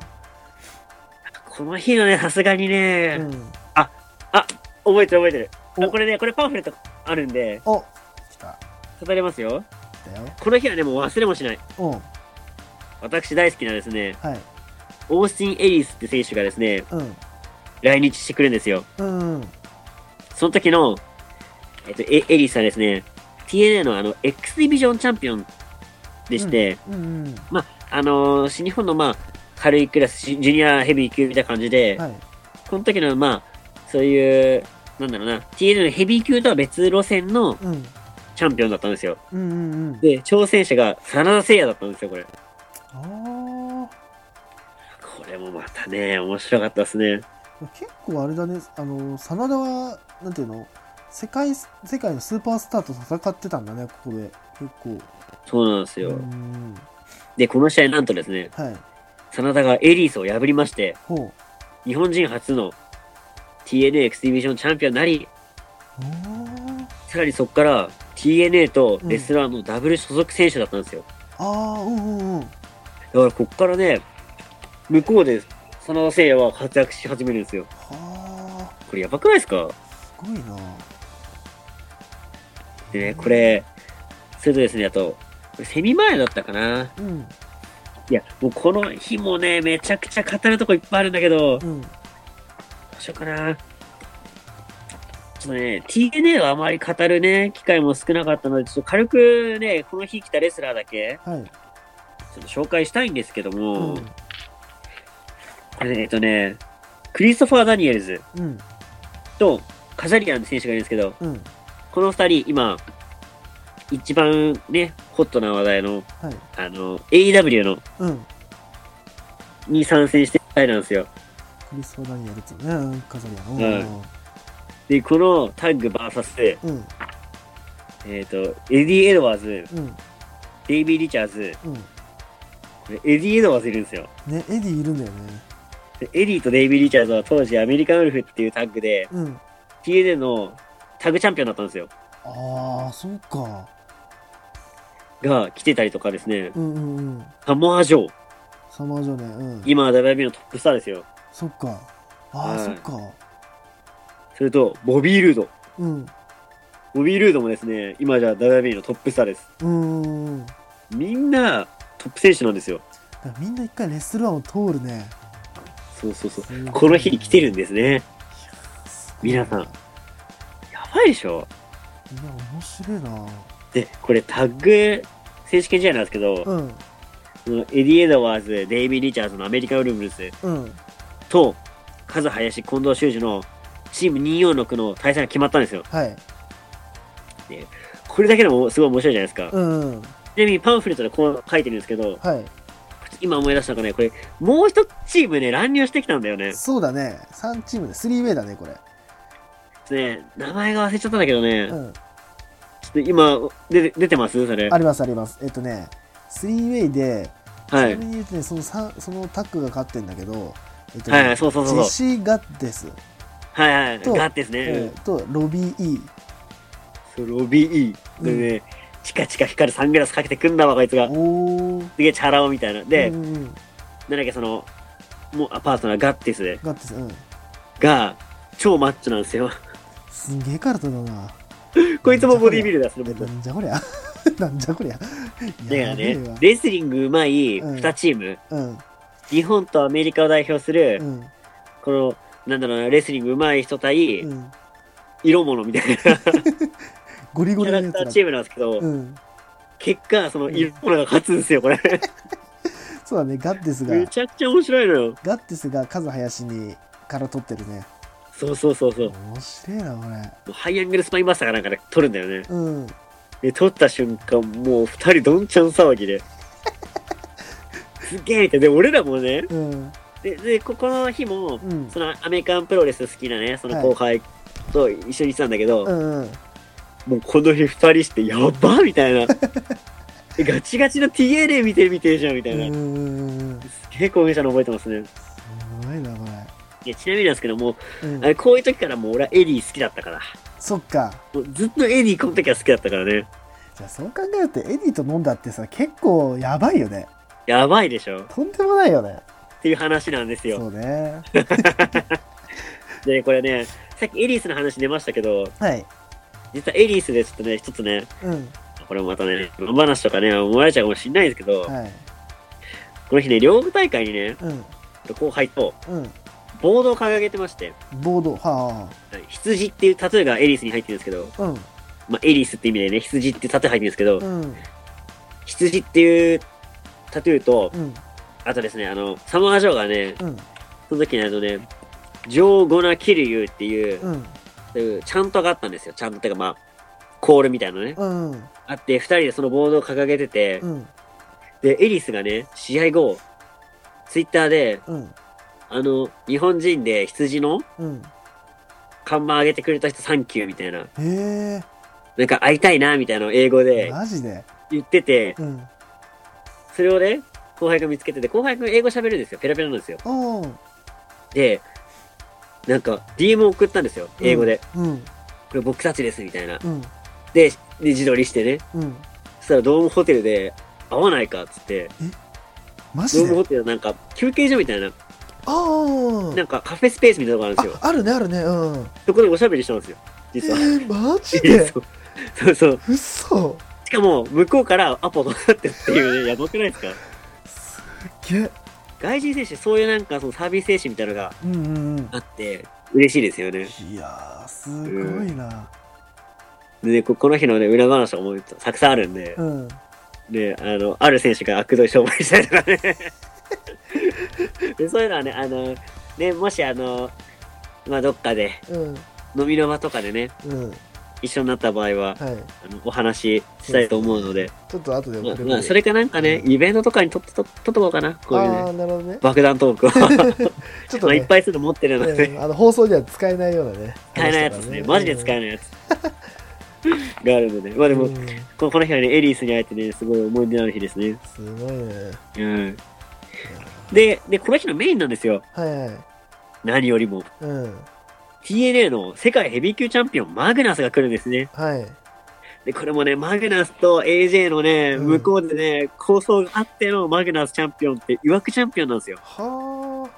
[SPEAKER 2] この日のね、さすがにね、
[SPEAKER 1] うん、うん、
[SPEAKER 2] 覚えてる覚えてる。あ
[SPEAKER 1] お
[SPEAKER 2] これね、これパンフレットあるんで、
[SPEAKER 1] お来た
[SPEAKER 2] 語れますよ。
[SPEAKER 1] 来たよ
[SPEAKER 2] この日はね、もう忘れもしない。
[SPEAKER 1] うん
[SPEAKER 2] 私大好きなですね、
[SPEAKER 1] はい
[SPEAKER 2] オースティン・エリスって選手がですね、
[SPEAKER 1] うん
[SPEAKER 2] 来日してくるんですよ。
[SPEAKER 1] うん
[SPEAKER 2] その時の、えっと、エエリスはですね、TNA のあの、X ディビジョンチャンピオンでして、
[SPEAKER 1] うんうん
[SPEAKER 2] まあ、あのー新日本のまあ、軽いクラス、ジュジュニアヘビー級みたいな感じで、
[SPEAKER 1] はい
[SPEAKER 2] この時のまあ、そういう、なんだろうな、TNA のヘビー級とは別路線の
[SPEAKER 1] うん
[SPEAKER 2] チャンピオンだったんですよ。
[SPEAKER 1] うんうんうん
[SPEAKER 2] で、挑戦者が真田聖也だったんですよ、これ。
[SPEAKER 1] あー
[SPEAKER 2] これもまたね、面白かったですね。
[SPEAKER 1] 結構あれだねあの真田はなんていうの世界世界のスーパースターと戦ってたんだねここで結構
[SPEAKER 2] そうなんですよ。
[SPEAKER 1] うん
[SPEAKER 2] で、この試合なんとですね、
[SPEAKER 1] はい
[SPEAKER 2] 真田がエリースを破りまして、
[SPEAKER 1] ほう。
[SPEAKER 2] 日本人初の TNA X ディビジョンチャンピオンになり、
[SPEAKER 1] おー
[SPEAKER 2] さらにそこから TNA とレスラーのダブル所属選手だったんですよ。
[SPEAKER 1] ああ、うんうんうん。
[SPEAKER 2] だからこっからね、向こうで真田聖也は活躍し始めるんですよ。
[SPEAKER 1] はあ、
[SPEAKER 2] これやばくないですか
[SPEAKER 1] すごいな。
[SPEAKER 2] でね、これ、それとですね、あと、これセミ前だったかな
[SPEAKER 1] うん
[SPEAKER 2] いや、もうこの日もね、めちゃくちゃ語るとこいっぱいあるんだけど、ど
[SPEAKER 1] うん。
[SPEAKER 2] うしようかな。ちょっとね、TNA はあまり語るね、機会も少なかったので、ちょっと軽くね、この日来たレスラーだけ、
[SPEAKER 1] はい。
[SPEAKER 2] ちょっと紹介したいんですけど
[SPEAKER 1] う
[SPEAKER 2] も、
[SPEAKER 1] ん。
[SPEAKER 2] これね、えっとね、クリストファー・ダニエルズ
[SPEAKER 1] うん。
[SPEAKER 2] とカジャリアン選手がいるんですけど、
[SPEAKER 1] うん。
[SPEAKER 2] この二人、今、一番ね、ホットな話題の、
[SPEAKER 1] はい。
[SPEAKER 2] あの、AEW の
[SPEAKER 1] うん。
[SPEAKER 2] に参戦してる二人なんですよ。
[SPEAKER 1] クリストファーダニエルツね。うん。飾りやの。
[SPEAKER 2] で、このタッグ VS、
[SPEAKER 1] うん。うん。
[SPEAKER 2] えっ、と、エディ・エドワーズ、
[SPEAKER 1] うん。
[SPEAKER 2] デイビー・リチャーズ、
[SPEAKER 1] うん。
[SPEAKER 2] これエディ・エドワーズいるんですよ。
[SPEAKER 1] ね、エディいるんだよね。
[SPEAKER 2] でエディとデイビー・リチャーズは当時アメリカンウルフっていうタッグで、
[SPEAKER 1] うん。
[SPEAKER 2] TNA のタッグチャンピオンだったんですよ。
[SPEAKER 1] ああ、そうか。
[SPEAKER 2] が来てたりとかですね、
[SPEAKER 1] うんうんうん。
[SPEAKER 2] サモア・ジョー、
[SPEAKER 1] サマージョね。うん。
[SPEAKER 2] 今は WB のトップスターですよ。
[SPEAKER 1] そっか。ああ、
[SPEAKER 2] はい
[SPEAKER 1] そっか。
[SPEAKER 2] それと、ボビー・ルード。
[SPEAKER 1] うん。
[SPEAKER 2] ボビー・ルードもですね、今じゃ WB のトップスターです。
[SPEAKER 1] うんうんうん。だ
[SPEAKER 2] みんなトップ選手なんですよ。
[SPEAKER 1] からみんな一回レスラーを通るね。
[SPEAKER 2] そうそうそう。
[SPEAKER 1] すごい
[SPEAKER 2] この日来てるんですね。
[SPEAKER 1] すごい
[SPEAKER 2] 皆さん。やばいでしょ
[SPEAKER 1] いや、面白いな。
[SPEAKER 2] で、これタッグ選手権試合なんですけど、
[SPEAKER 1] うん。
[SPEAKER 2] そのエディ・エドワーズ、デイビー・リチャーズのアメリカ・ウルブルス
[SPEAKER 1] うん。
[SPEAKER 2] と、カズ・林、近藤修二のチーム246の対戦が決まったんですよ。
[SPEAKER 1] はい。
[SPEAKER 2] これだけでもすごい面白いじゃないですか。
[SPEAKER 1] うんうん。
[SPEAKER 2] ちなみにパンフレットでこう書いてるんですけど、
[SPEAKER 1] はい。
[SPEAKER 2] 今思い出したのがね、これ、もう一チームね、乱入してきたんだよね。
[SPEAKER 1] そうだね。3チームで、3ウェイだね、これ。
[SPEAKER 2] ね、名前が忘れちゃったんだけどね、
[SPEAKER 1] うん。
[SPEAKER 2] ちょっと今、で出てますそれ。
[SPEAKER 1] あ
[SPEAKER 2] はい。
[SPEAKER 1] ります、あります。えっとね、3ウェイで、
[SPEAKER 2] は
[SPEAKER 1] ちないみに言うとね、その三そのタッグが勝ってんだけど、えっとね
[SPEAKER 2] はい、そうそうそう
[SPEAKER 1] ジェ
[SPEAKER 2] そう。
[SPEAKER 1] シー・ガッデス、
[SPEAKER 2] はいはい。
[SPEAKER 1] と
[SPEAKER 2] ガッですね。
[SPEAKER 1] えーとロビー・イー。
[SPEAKER 2] そうロビー・イー。
[SPEAKER 1] うん
[SPEAKER 2] でね、チカチカ光るサングラスかけてくんだわ、こいつが。
[SPEAKER 1] おー。
[SPEAKER 2] すげえチャラ男みたいな。で、
[SPEAKER 1] うんうん、
[SPEAKER 2] なんだっけ、その、もうアパートナーガッティスで
[SPEAKER 1] ガッデス、うん。
[SPEAKER 2] が、超マッチョなんですよ。 <laughs>
[SPEAKER 1] すんげえカルトだな。
[SPEAKER 2] こいつもボディービルダーするもん
[SPEAKER 1] な
[SPEAKER 2] だ。
[SPEAKER 1] んじゃこりゃ。 <laughs> なんじゃこりゃ。
[SPEAKER 2] だから
[SPEAKER 1] やべえ
[SPEAKER 2] ね
[SPEAKER 1] わ、
[SPEAKER 2] レスリングうまい
[SPEAKER 1] うん
[SPEAKER 2] 2チーム、
[SPEAKER 1] うん、
[SPEAKER 2] 日本とアメリカを代表する、
[SPEAKER 1] うん、
[SPEAKER 2] この、なんだろうな、レスリングうまい人対、
[SPEAKER 1] うん。
[SPEAKER 2] 色物みたいなキャ
[SPEAKER 1] ゴリゴリの
[SPEAKER 2] ラ
[SPEAKER 1] や
[SPEAKER 2] ク
[SPEAKER 1] つ
[SPEAKER 2] タ
[SPEAKER 1] だ
[SPEAKER 2] ーチームなんですけど、
[SPEAKER 1] うん。
[SPEAKER 2] 結果、その色物が勝つんですよ、これ。
[SPEAKER 1] そうだね、ガッデスが、
[SPEAKER 2] めちゃくちゃ面白いのよ。
[SPEAKER 1] ガッデスがカズハヤシにから取ってるね。
[SPEAKER 2] そうそうそうそう。
[SPEAKER 1] 面白いな、これ。
[SPEAKER 2] ハイアングルスパインバスターかなんかで撮るんだよね。
[SPEAKER 1] うん。
[SPEAKER 2] で、撮った瞬間、もう二人どんちゃん騒ぎ
[SPEAKER 1] <laughs>
[SPEAKER 2] で。すげえって、で、俺らもね、
[SPEAKER 1] うん。
[SPEAKER 2] で、でここの日も、
[SPEAKER 1] うん。
[SPEAKER 2] そのアメリカンプロレス好きなね、その後輩と一緒に行ってたんだけど、
[SPEAKER 1] うんうん。
[SPEAKER 2] もうこの日二人して、やばみた
[SPEAKER 1] <laughs>
[SPEAKER 2] いな。えガチガチの TNA 見てるみてえじゃんみたいな。
[SPEAKER 1] うんうんうん。す
[SPEAKER 2] すげえ興奮したの覚えてますね。
[SPEAKER 1] ごいな、こ
[SPEAKER 2] いやちなみになんですけども、
[SPEAKER 1] れ。うん
[SPEAKER 2] あ。れこういう時からもう俺はエディ好きだったから。
[SPEAKER 1] そっか。
[SPEAKER 2] もうずっとエディこの時は好きだったからね。
[SPEAKER 1] じゃあそう考えるとエディと飲んだってさ結構やばいよね
[SPEAKER 2] やばいでしょっ
[SPEAKER 1] とんでもないよね
[SPEAKER 2] ていう話なんですよ。
[SPEAKER 1] そうね
[SPEAKER 2] でね、これね、さっきエリースの話出ましたけど、
[SPEAKER 1] はい
[SPEAKER 2] 実はエリースでちょっとね、一つね、
[SPEAKER 1] うん
[SPEAKER 2] これもまたね、野放しとかね、思われちゃうかもしんないですけど、
[SPEAKER 1] はい
[SPEAKER 2] この日ね、両国大会にね、
[SPEAKER 1] うん
[SPEAKER 2] 後輩と
[SPEAKER 1] う
[SPEAKER 2] ボードを掲げてまして、
[SPEAKER 1] んボードは
[SPEAKER 2] 羊っていうタトゥーがエリースに入ってるんですけど、
[SPEAKER 1] あうん
[SPEAKER 2] まあ、エリースって意味でね、羊っていうタトゥー入ってるんですけど
[SPEAKER 1] う、ん
[SPEAKER 2] 羊っていうタトゥーと
[SPEAKER 1] う、ん
[SPEAKER 2] あとですね、あの、サマージョーがね、
[SPEAKER 1] うん
[SPEAKER 2] その時にあのね、ジョー・ゴナ・キル・ユーっていう、
[SPEAKER 1] うん
[SPEAKER 2] そういうちゃんとがあったんですよ。ちゃんとっていうかまあ、コールみたいなのね。
[SPEAKER 1] うん
[SPEAKER 2] あって、二人でそのボードを掲げてて、
[SPEAKER 1] うん
[SPEAKER 2] で、エリスがね、試合後、ツイッターで、
[SPEAKER 1] うん
[SPEAKER 2] あの、日本人で羊の
[SPEAKER 1] うん
[SPEAKER 2] 看板上げてくれた人サンキューみたいな、
[SPEAKER 1] へ
[SPEAKER 2] なんか会いたいなみたいなのを英語
[SPEAKER 1] え
[SPEAKER 2] で
[SPEAKER 1] マジで
[SPEAKER 2] 言ってて、
[SPEAKER 1] うん
[SPEAKER 2] それをね、後輩が見つけてて、後輩が英語喋るんですよ。ペラペラなんですよ。
[SPEAKER 1] うん
[SPEAKER 2] で、なんか DM を送ったんですよ。英語で。
[SPEAKER 1] うん
[SPEAKER 2] これ僕たちです、みたいな。
[SPEAKER 1] うん
[SPEAKER 2] で、で自撮りしてね。
[SPEAKER 1] うん
[SPEAKER 2] そしたらドームホテルで会わないかっつって、
[SPEAKER 1] マ
[SPEAKER 2] ド
[SPEAKER 1] ジ
[SPEAKER 2] ーム
[SPEAKER 1] で
[SPEAKER 2] ホテルなんか休憩所みたいな、
[SPEAKER 1] あー
[SPEAKER 2] なんかカフェスペースみたいなとこあるんですよ。
[SPEAKER 1] ああるねあるねうん
[SPEAKER 2] そこでおしゃべりしたんですよ。
[SPEAKER 1] え
[SPEAKER 2] 実は。
[SPEAKER 1] ー、マジで
[SPEAKER 2] <laughs> そうそうそう。
[SPEAKER 1] 嘘
[SPEAKER 2] しかも、向こうからアポ取ってっていうね、やばくないですか
[SPEAKER 1] すっげえ
[SPEAKER 2] 外人選手、そういうなんかそのサービス精神みたいなのが
[SPEAKER 1] うんうんうん
[SPEAKER 2] あって、嬉しいですよね。
[SPEAKER 1] いやーすごいな
[SPEAKER 2] で、ねここの日のね、裏話はもうたくさんあるんで、
[SPEAKER 1] うん、
[SPEAKER 2] で、あの、ある選手が悪どい商売したりとかね。でそういうのはね、あの、ね、もしあの、まあ、どっかで、
[SPEAKER 1] うん
[SPEAKER 2] 飲みの場とかでね、
[SPEAKER 1] うん
[SPEAKER 2] 一緒になった場合
[SPEAKER 1] は
[SPEAKER 2] は、
[SPEAKER 1] い
[SPEAKER 2] あのお話ししたいと思うので、
[SPEAKER 1] ちょっと後で
[SPEAKER 2] まあ
[SPEAKER 1] 送る
[SPEAKER 2] まあ、それかなんかね、イベントとかにとっと、ととっとこうかな、こういう
[SPEAKER 1] ああ
[SPEAKER 2] ね、
[SPEAKER 1] ーなるほどね
[SPEAKER 2] 爆弾トークを。
[SPEAKER 1] ちょっ
[SPEAKER 2] ま
[SPEAKER 1] と
[SPEAKER 2] あ、
[SPEAKER 1] ね、
[SPEAKER 2] いっぱいするの持ってるので、
[SPEAKER 1] うんあの放送では使えないようなね
[SPEAKER 2] 使えないやつですね。マジで使えないやつ。があるので、まあでも、
[SPEAKER 1] うん
[SPEAKER 2] このこの日はね、エリースに会えてね、すごい思い出のある日ですね。
[SPEAKER 1] すごいね
[SPEAKER 2] うん。で、で、この日のメインなんですよ。
[SPEAKER 1] はいはい
[SPEAKER 2] 何よりも。
[SPEAKER 1] うん。
[SPEAKER 2] TNA の世界ヘビー級チャンピオン、マグナスが来るんですね。
[SPEAKER 1] はい。
[SPEAKER 2] で、これもね、マグナスと AJ のね、
[SPEAKER 1] うん
[SPEAKER 2] 向こうでね、構想があってのマグナスチャンピオンって、いわくチャンピオンなんですよ。
[SPEAKER 1] は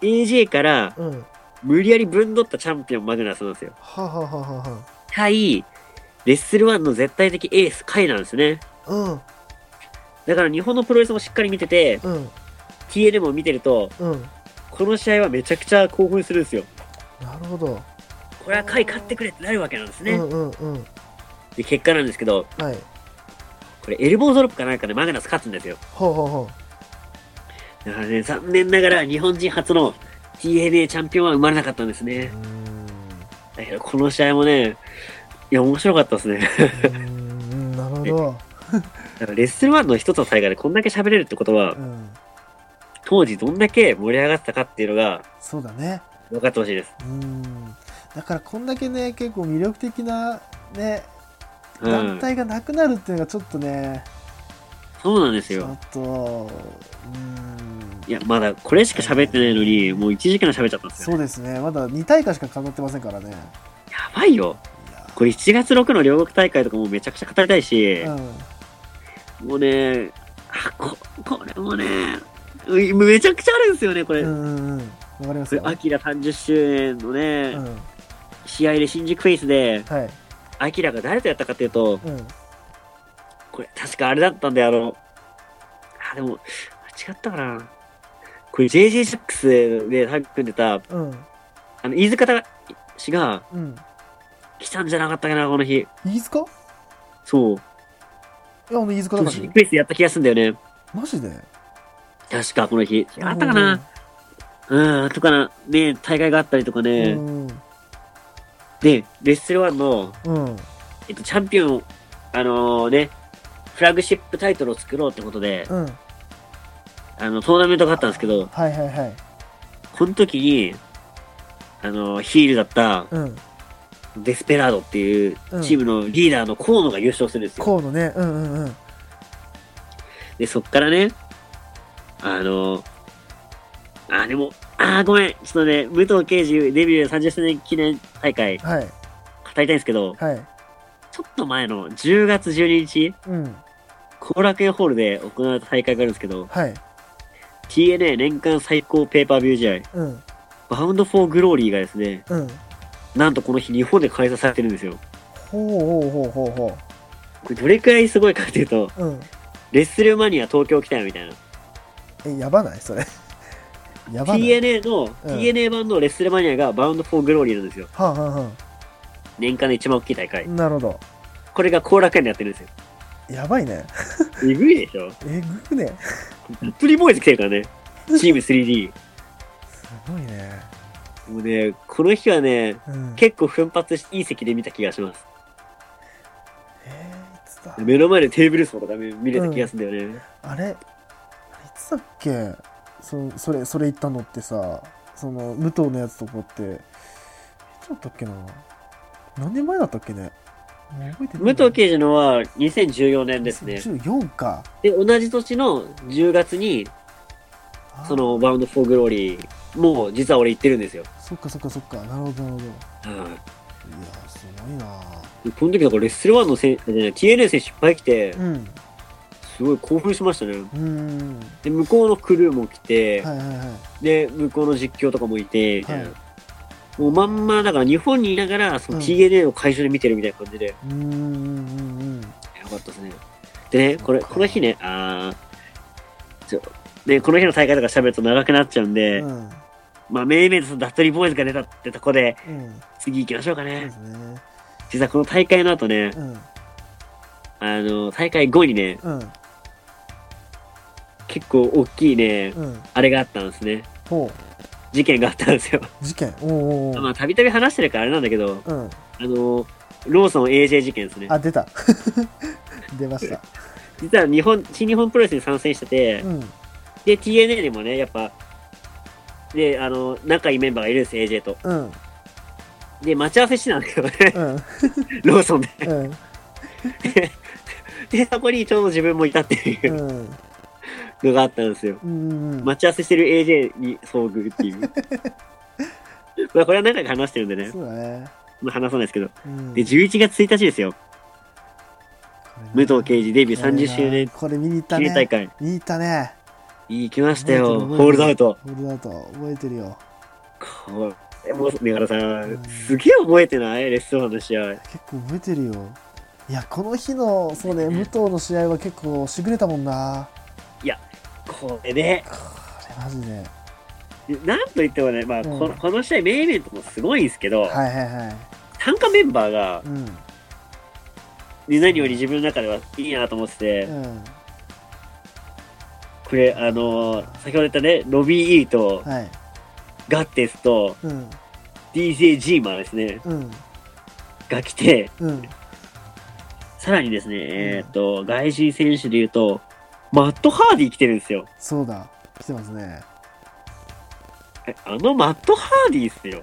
[SPEAKER 2] AJ から
[SPEAKER 1] あ。うん。は
[SPEAKER 2] 無理やり分取ったチャンピオン、マグナスなんですよ。
[SPEAKER 1] はははは
[SPEAKER 2] 対、レッスルワンの絶対的エース、カイなんですね。
[SPEAKER 1] は。
[SPEAKER 2] だから日本のプロレスもしっかり見てて、
[SPEAKER 1] うん。うん。
[SPEAKER 2] TL も見てると、
[SPEAKER 1] うん。
[SPEAKER 2] この試合はめちゃくちゃ興奮するんですよ。
[SPEAKER 1] なるほど。
[SPEAKER 2] これは回勝ってくれってなるわけなんですね。
[SPEAKER 1] うんうんうん。
[SPEAKER 2] で、結果なんですけど、
[SPEAKER 1] はい。
[SPEAKER 2] これエルボードロップかなんかでマグナス勝つんですよ。
[SPEAKER 1] ほうほうほ
[SPEAKER 2] だからね、残念ながら日本人初の TNA チャンピオンは生まれなかったんです
[SPEAKER 1] う。う
[SPEAKER 2] ね
[SPEAKER 1] ー。ん。
[SPEAKER 2] だけど、この試合もね、いや、面白かったですね。
[SPEAKER 1] うーんなるほど。
[SPEAKER 2] だからレッスルワンの一つの大会でこんだけ喋れるってことは
[SPEAKER 1] う、ん。
[SPEAKER 2] 当時どんだけ盛り上がってたかっていうのが
[SPEAKER 1] そうだね。
[SPEAKER 2] 分かってほしいです。
[SPEAKER 1] うーん。だからこんだけね、結構魅力的なね、
[SPEAKER 2] う
[SPEAKER 1] 団
[SPEAKER 2] ん。
[SPEAKER 1] 体がなくなるっていうのがちょっとね、
[SPEAKER 2] そうなんです
[SPEAKER 1] ちょ
[SPEAKER 2] よ。
[SPEAKER 1] っと、うーん。
[SPEAKER 2] いや、まだこれしか喋ってないのに、もう1時間喋っちゃったんです
[SPEAKER 1] そ
[SPEAKER 2] よ。
[SPEAKER 1] うですね。まだ2大会しか飾ってませんからね。
[SPEAKER 2] やばいよ。
[SPEAKER 1] いや
[SPEAKER 2] これ7月6の両国大会とかもうめちゃくちゃ語りたいし、
[SPEAKER 1] うん。
[SPEAKER 2] もうね、あ、こ、これもね、うめちゃくちゃあるんですよね、これ。
[SPEAKER 1] うんうんうん。わかりますよ。
[SPEAKER 2] アキラ30周年のね、
[SPEAKER 1] うん。
[SPEAKER 2] 試合で新宿フェイスで、
[SPEAKER 1] はい。
[SPEAKER 2] アキラが誰とやったかっていうと、
[SPEAKER 1] うん。
[SPEAKER 2] これ確かあれだったんで、あの、あ、でも、違ったかな。これ JJ シックスでタッグ組んでた、
[SPEAKER 1] うん。
[SPEAKER 2] あの、飯塚氏が
[SPEAKER 1] うん。
[SPEAKER 2] 来たんじゃなかったかな、この日。
[SPEAKER 1] 飯塚い
[SPEAKER 2] そう。
[SPEAKER 1] や、あの飯塚だか
[SPEAKER 2] 新宿フェイスでやった気がするんだよね。
[SPEAKER 1] マジで
[SPEAKER 2] 確か、この日。あったかなうん、とかな、ね、大会があったりとか
[SPEAKER 1] う
[SPEAKER 2] ね。
[SPEAKER 1] ん。
[SPEAKER 2] で、レッスルワンの、
[SPEAKER 1] うん。
[SPEAKER 2] えっと、チャンピオン、あのね、フラグシップタイトルを作ろうってことで、
[SPEAKER 1] うん。
[SPEAKER 2] あの、トーナメントがあったんですけど、
[SPEAKER 1] はいはいはい。
[SPEAKER 2] この時に、あの、ヒールだった
[SPEAKER 1] うん。
[SPEAKER 2] デスペラードっていうチームのリーダーの河野が優勝するんですよ。
[SPEAKER 1] 河野ね。うんうんうん。
[SPEAKER 2] で、そっからね、あの、あ、でも、あー、ごめん。ちょっとね、武藤敬司デビュー30周年記念大会、語
[SPEAKER 1] はい。
[SPEAKER 2] りたいんですけど、
[SPEAKER 1] はい。
[SPEAKER 2] ちょっと前の10月12日、
[SPEAKER 1] うん。
[SPEAKER 2] 後楽園ホールで行われた大会があるんですけど、
[SPEAKER 1] はい。
[SPEAKER 2] TNA 年間最高ペーパービュー試合、
[SPEAKER 1] うん。
[SPEAKER 2] バウンドフォーグローリーがですね、
[SPEAKER 1] うん。
[SPEAKER 2] なんとこの日日本で開催されてるんですよ。
[SPEAKER 1] ほうほうほうほうほ
[SPEAKER 2] これどれくらいすごいかっていうと、
[SPEAKER 1] う。うん。
[SPEAKER 2] レッスルマニア東京来たよみたいな。
[SPEAKER 1] え、やばないそれ。 <laughs> やばない。
[SPEAKER 2] TNA の、
[SPEAKER 1] うん
[SPEAKER 2] TNA 版のレッスルマニアがバウンドフォーグローリーなんですよ。
[SPEAKER 1] はあはあは
[SPEAKER 2] 年間で一番大きい大
[SPEAKER 1] あ。
[SPEAKER 2] 会。
[SPEAKER 1] なるほど。
[SPEAKER 2] これが後楽園でやってるんですよ。
[SPEAKER 1] やばいね。
[SPEAKER 2] えぐいでしょ
[SPEAKER 1] えぐくね。
[SPEAKER 2] プリボーイズ来てるからね。チーム 3D。
[SPEAKER 1] すごいね。
[SPEAKER 2] もうね、この日はね、
[SPEAKER 1] うん。
[SPEAKER 2] 結構奮発していい席で見た気がします。
[SPEAKER 1] えー、いつだ
[SPEAKER 2] 目の前でテーブル層とか見見れた気がするんだよね。
[SPEAKER 1] あれいつだっけそそれそれ言ったのってさその武藤のやつとこっていつだったっけな何年前だったっけね覚えて
[SPEAKER 2] 武藤刑事のは2014年ですね。
[SPEAKER 1] 14か。
[SPEAKER 2] で、同じ年の10月に、
[SPEAKER 1] あー
[SPEAKER 2] そ。の、バウンド・フォー・グローリーも、実は俺行ってるんですよ。
[SPEAKER 1] そっかそっかそっか。なるほどなるほど。いや
[SPEAKER 2] は。
[SPEAKER 1] ー、すごいない
[SPEAKER 2] この時、なんかレッスルワンの選手、じゃない TNA 選手いっぱい来て、
[SPEAKER 1] うん。
[SPEAKER 2] すごい興奮しましたね。
[SPEAKER 1] うーん。は
[SPEAKER 2] で、向こうのクルーも来て
[SPEAKER 1] い、はいは
[SPEAKER 2] で、向こうの実況とかもいて、みたいな
[SPEAKER 1] は
[SPEAKER 2] もうまんま、だから日本にいながら、その
[SPEAKER 1] うん
[SPEAKER 2] TNA を会場で見てるみたいな感じで、よ
[SPEAKER 1] い。うーんうんうん
[SPEAKER 2] かったですね。でね、これ、この日ね、あーちょ、で、この日の大会とか喋ると長くなっちゃうん
[SPEAKER 1] う
[SPEAKER 2] で、
[SPEAKER 1] ん。うん。
[SPEAKER 2] まあ、メインイベントそのダットリーボーイズが出たってとこで、
[SPEAKER 1] うん。
[SPEAKER 2] 次行きましょうか
[SPEAKER 1] そうで
[SPEAKER 2] ね。
[SPEAKER 1] すね。
[SPEAKER 2] 実はこの大会の後ね、
[SPEAKER 1] うん。
[SPEAKER 2] あの、大会後にね、
[SPEAKER 1] うん。
[SPEAKER 2] 結構大きいね、
[SPEAKER 1] うん。
[SPEAKER 2] あれがあったんですね。
[SPEAKER 1] ほ
[SPEAKER 2] 事件があったんですよ。
[SPEAKER 1] う。事件。おうおうお
[SPEAKER 2] ま
[SPEAKER 1] う。
[SPEAKER 2] あ、たびたび話してるからあれなんだけど、
[SPEAKER 1] うん。
[SPEAKER 2] あの、ローソン AJ 事件ですね。
[SPEAKER 1] あ、出た。 <laughs> 出ました。
[SPEAKER 2] 実は日本、新日本プロレスに参戦してて
[SPEAKER 1] う、ん。
[SPEAKER 2] で、TNA でもね、やっぱ、で、あの、仲いいメンバーがいるんです、AJ と。
[SPEAKER 1] うん。
[SPEAKER 2] で、待ち合わせしてたんだけど
[SPEAKER 1] う
[SPEAKER 2] ね、
[SPEAKER 1] ん。
[SPEAKER 2] ローソンで。
[SPEAKER 1] うん。。
[SPEAKER 2] で、そこにちょうど自分もいたっていううんのがあったんですよ。
[SPEAKER 1] うんうん。
[SPEAKER 2] 待ち合わせしてる AJ に遭遇っていう。
[SPEAKER 1] <laughs>
[SPEAKER 2] まあこれは何回か話してるんでね、
[SPEAKER 1] そうだね。
[SPEAKER 2] まあ、話さないですけど。
[SPEAKER 1] うん
[SPEAKER 2] で、11月1日ですよ。武藤刑事デビュー30周年
[SPEAKER 1] これ見に行った
[SPEAKER 2] 記念大
[SPEAKER 1] ね。
[SPEAKER 2] 会。
[SPEAKER 1] 見に行ったね。
[SPEAKER 2] 行きましたよ。
[SPEAKER 1] 覚えてる
[SPEAKER 2] ホールドアウト。
[SPEAKER 1] ホールドアウト、覚えてるよ。
[SPEAKER 2] これもう、目柄さ
[SPEAKER 1] うん
[SPEAKER 2] ん、すげえ覚えてないレッスンワンの試合。
[SPEAKER 1] 結構覚えてるよ。いや、この日の、そうね、武藤の試合は結構しぐれたもんな。
[SPEAKER 2] これで、
[SPEAKER 1] これマジで。
[SPEAKER 2] なんといってもね、ま
[SPEAKER 1] う
[SPEAKER 2] あ、
[SPEAKER 1] ん
[SPEAKER 2] このこの試合、メインイベントもすごいんですけど、
[SPEAKER 1] はいはいはい。
[SPEAKER 2] 参加メンバーが、
[SPEAKER 1] うん。
[SPEAKER 2] 何より自分の中ではいいなと思ってて、
[SPEAKER 1] うん。
[SPEAKER 2] これ、あのー先ほど言ったね、ロビー・イーと、
[SPEAKER 1] はい。
[SPEAKER 2] ガッテスと、
[SPEAKER 1] うん。
[SPEAKER 2] DJ ・ジーマーですね、
[SPEAKER 1] うん。
[SPEAKER 2] が来て、
[SPEAKER 1] うん。
[SPEAKER 2] さらにですね、えーっと、外人選手で言うと、マット・ハーディ来てるんですよ。
[SPEAKER 1] そうだ。来てますね。、
[SPEAKER 2] えあのマット・ハーディですよ。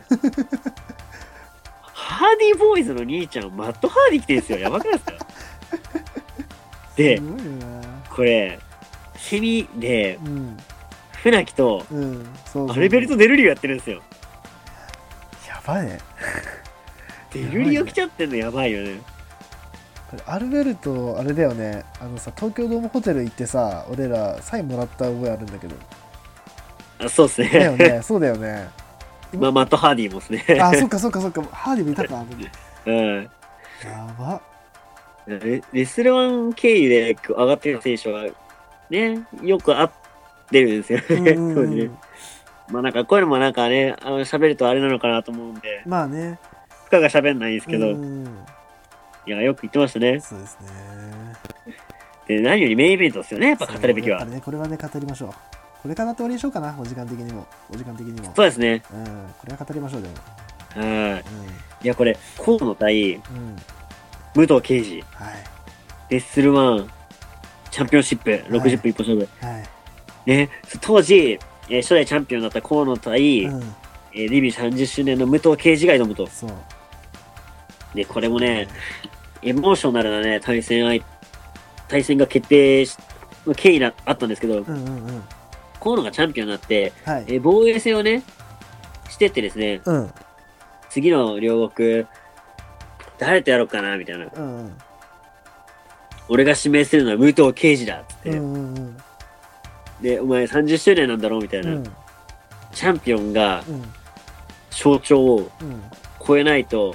[SPEAKER 2] ハーディボーイズの兄ちゃん、マット・ハーディ来てるんですよ。やばくないですかです
[SPEAKER 1] ごいよな。
[SPEAKER 2] これ、セミで、
[SPEAKER 1] うん。
[SPEAKER 2] 船木と
[SPEAKER 1] うん。そうそう
[SPEAKER 2] アルベルト・デルリオやってるんですよ。
[SPEAKER 1] やばいね。
[SPEAKER 2] デルリオ来ちゃってんのやばいよね。
[SPEAKER 1] これアルベルトあれだよねあのさ東京ドームホテル行ってさ俺らサインもらった覚えあるんだけど
[SPEAKER 2] あそうです
[SPEAKER 1] だよ
[SPEAKER 2] ね。 <laughs>
[SPEAKER 1] ねそうだよね
[SPEAKER 2] まあ、マット・ハーディもですね。
[SPEAKER 1] あそっかそっかそっかハーディもいたかあの時や
[SPEAKER 2] うん。
[SPEAKER 1] ば
[SPEAKER 2] レレスルワン経由で上がってる選手は、ね、よく合ってるんですよ
[SPEAKER 1] うん
[SPEAKER 2] ね。
[SPEAKER 1] うん
[SPEAKER 2] 当
[SPEAKER 1] う
[SPEAKER 2] 時ね
[SPEAKER 1] ん
[SPEAKER 2] まあなんかこういうのもなんかね、あの喋るとあれなのかなと思うんで、
[SPEAKER 1] まあね
[SPEAKER 2] 負荷が喋んないんですけど、
[SPEAKER 1] うん
[SPEAKER 2] いや、よく言ってましたね。
[SPEAKER 1] そうですね
[SPEAKER 2] で、何よりメインイベントですよね、やっぱ語るべき
[SPEAKER 1] そうやっぱ
[SPEAKER 2] は。
[SPEAKER 1] ねこれはね語りましょうこれから終わりにしようかなお時間的にもお時間的にも
[SPEAKER 2] そうですね。
[SPEAKER 1] うんこれは語りましょうでも
[SPEAKER 2] はい。いや、これ、河野
[SPEAKER 1] う
[SPEAKER 2] 対
[SPEAKER 1] んうん
[SPEAKER 2] 武藤敬司、
[SPEAKER 1] はい
[SPEAKER 2] レッスルワン、チャンピオンシップ、60
[SPEAKER 1] はい
[SPEAKER 2] 分一本勝負。
[SPEAKER 1] はい
[SPEAKER 2] ね、当時、えー初代チャンピオンだった河野対、
[SPEAKER 1] うん
[SPEAKER 2] えーデビュー30周年の武藤敬司が挑むと。
[SPEAKER 1] そう
[SPEAKER 2] で、これもね、エモーショナルなね、対戦相、対戦が決定し、経緯な、あったんですけ
[SPEAKER 1] う
[SPEAKER 2] ど、
[SPEAKER 1] んうんうん
[SPEAKER 2] 河野がチャンピオンになって、
[SPEAKER 1] はい
[SPEAKER 2] え防衛戦をね、してってですね、
[SPEAKER 1] うん
[SPEAKER 2] 次の両国、誰とやろうかな、みたいな。
[SPEAKER 1] うんうん
[SPEAKER 2] 俺が指名するのは武藤刑事だ、つって、
[SPEAKER 1] うんうんうん
[SPEAKER 2] で、お前30周年なんだろう、みたいな、
[SPEAKER 1] うん
[SPEAKER 2] チャンピオンが
[SPEAKER 1] うん
[SPEAKER 2] 象徴を
[SPEAKER 1] うん
[SPEAKER 2] 超えないと、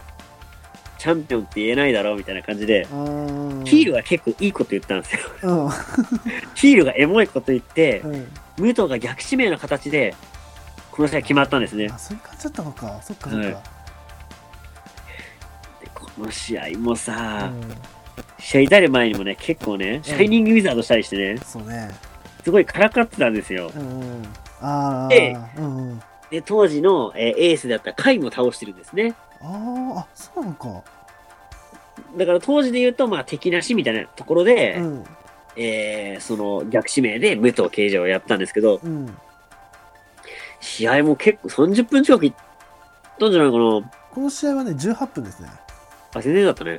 [SPEAKER 2] チャンピオンって言えないだろう、みたいな感じで、ヒ
[SPEAKER 1] ヒ
[SPEAKER 2] ールは結構いいこと言ったんですよ。 <laughs>
[SPEAKER 1] うん。
[SPEAKER 2] ヒールがエモいこと言って、
[SPEAKER 1] うん。
[SPEAKER 2] 武藤が逆指名の形で、この試合決まったんですね。
[SPEAKER 1] あ、そういう感じだったのか。そっかそっ
[SPEAKER 2] はい
[SPEAKER 1] か。
[SPEAKER 2] でこの試合も
[SPEAKER 1] う
[SPEAKER 2] さ、
[SPEAKER 1] ん。
[SPEAKER 2] 試合至る前にもね、結構ね、シャイニングウィザードしたりしてね、
[SPEAKER 1] そうね。
[SPEAKER 2] すごいからかってたんですよ。
[SPEAKER 1] うんうん。あ
[SPEAKER 2] で
[SPEAKER 1] あ。うんうん。あ
[SPEAKER 2] で、当時の、えーエースだった甲斐も倒してるんですね。
[SPEAKER 1] あ、あ、そうなのか。
[SPEAKER 2] だから当時で言うと、まあ、敵なしみたいなところで、
[SPEAKER 1] うん。
[SPEAKER 2] えーその逆指名で武藤刑事をやったんですけど、
[SPEAKER 1] うん。
[SPEAKER 2] 試合も結構30分近くいったんじゃないかな。
[SPEAKER 1] この試合はね、18分ですね。
[SPEAKER 2] あ、全然だったね。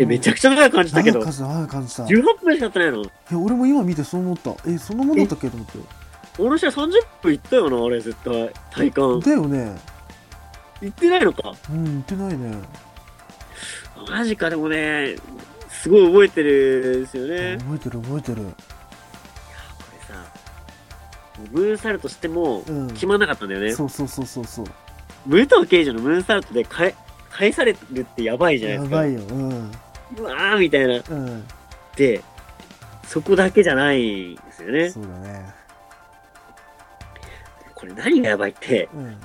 [SPEAKER 2] え、めちゃくちゃ長く感じたけど、
[SPEAKER 3] 長かった長かったいや
[SPEAKER 2] 18分しかやってないの
[SPEAKER 3] 俺も今見てそう思ったえそんなもんだったっけと思って
[SPEAKER 2] 俺試合30分いったよな、あれ、絶対。体感。
[SPEAKER 3] だよね
[SPEAKER 2] いってないのか。
[SPEAKER 3] うん言ってないね
[SPEAKER 2] マジか、でもね、すごい覚えてるんですよね。
[SPEAKER 3] 覚えてる覚えてる
[SPEAKER 2] これさ、ムーンサルトしても
[SPEAKER 3] うん
[SPEAKER 2] 決まんなかったんだよね。
[SPEAKER 3] そうそうそうそうそう
[SPEAKER 2] 武藤敬司のムーンサルトでかえ返されるってやばいじゃない
[SPEAKER 3] や
[SPEAKER 2] ですか。
[SPEAKER 3] ばいようん
[SPEAKER 2] うわーみたいな。
[SPEAKER 3] うん
[SPEAKER 2] で、そこだけじゃないんですよね。
[SPEAKER 3] そうだね
[SPEAKER 2] これ何がやばいって、
[SPEAKER 3] うん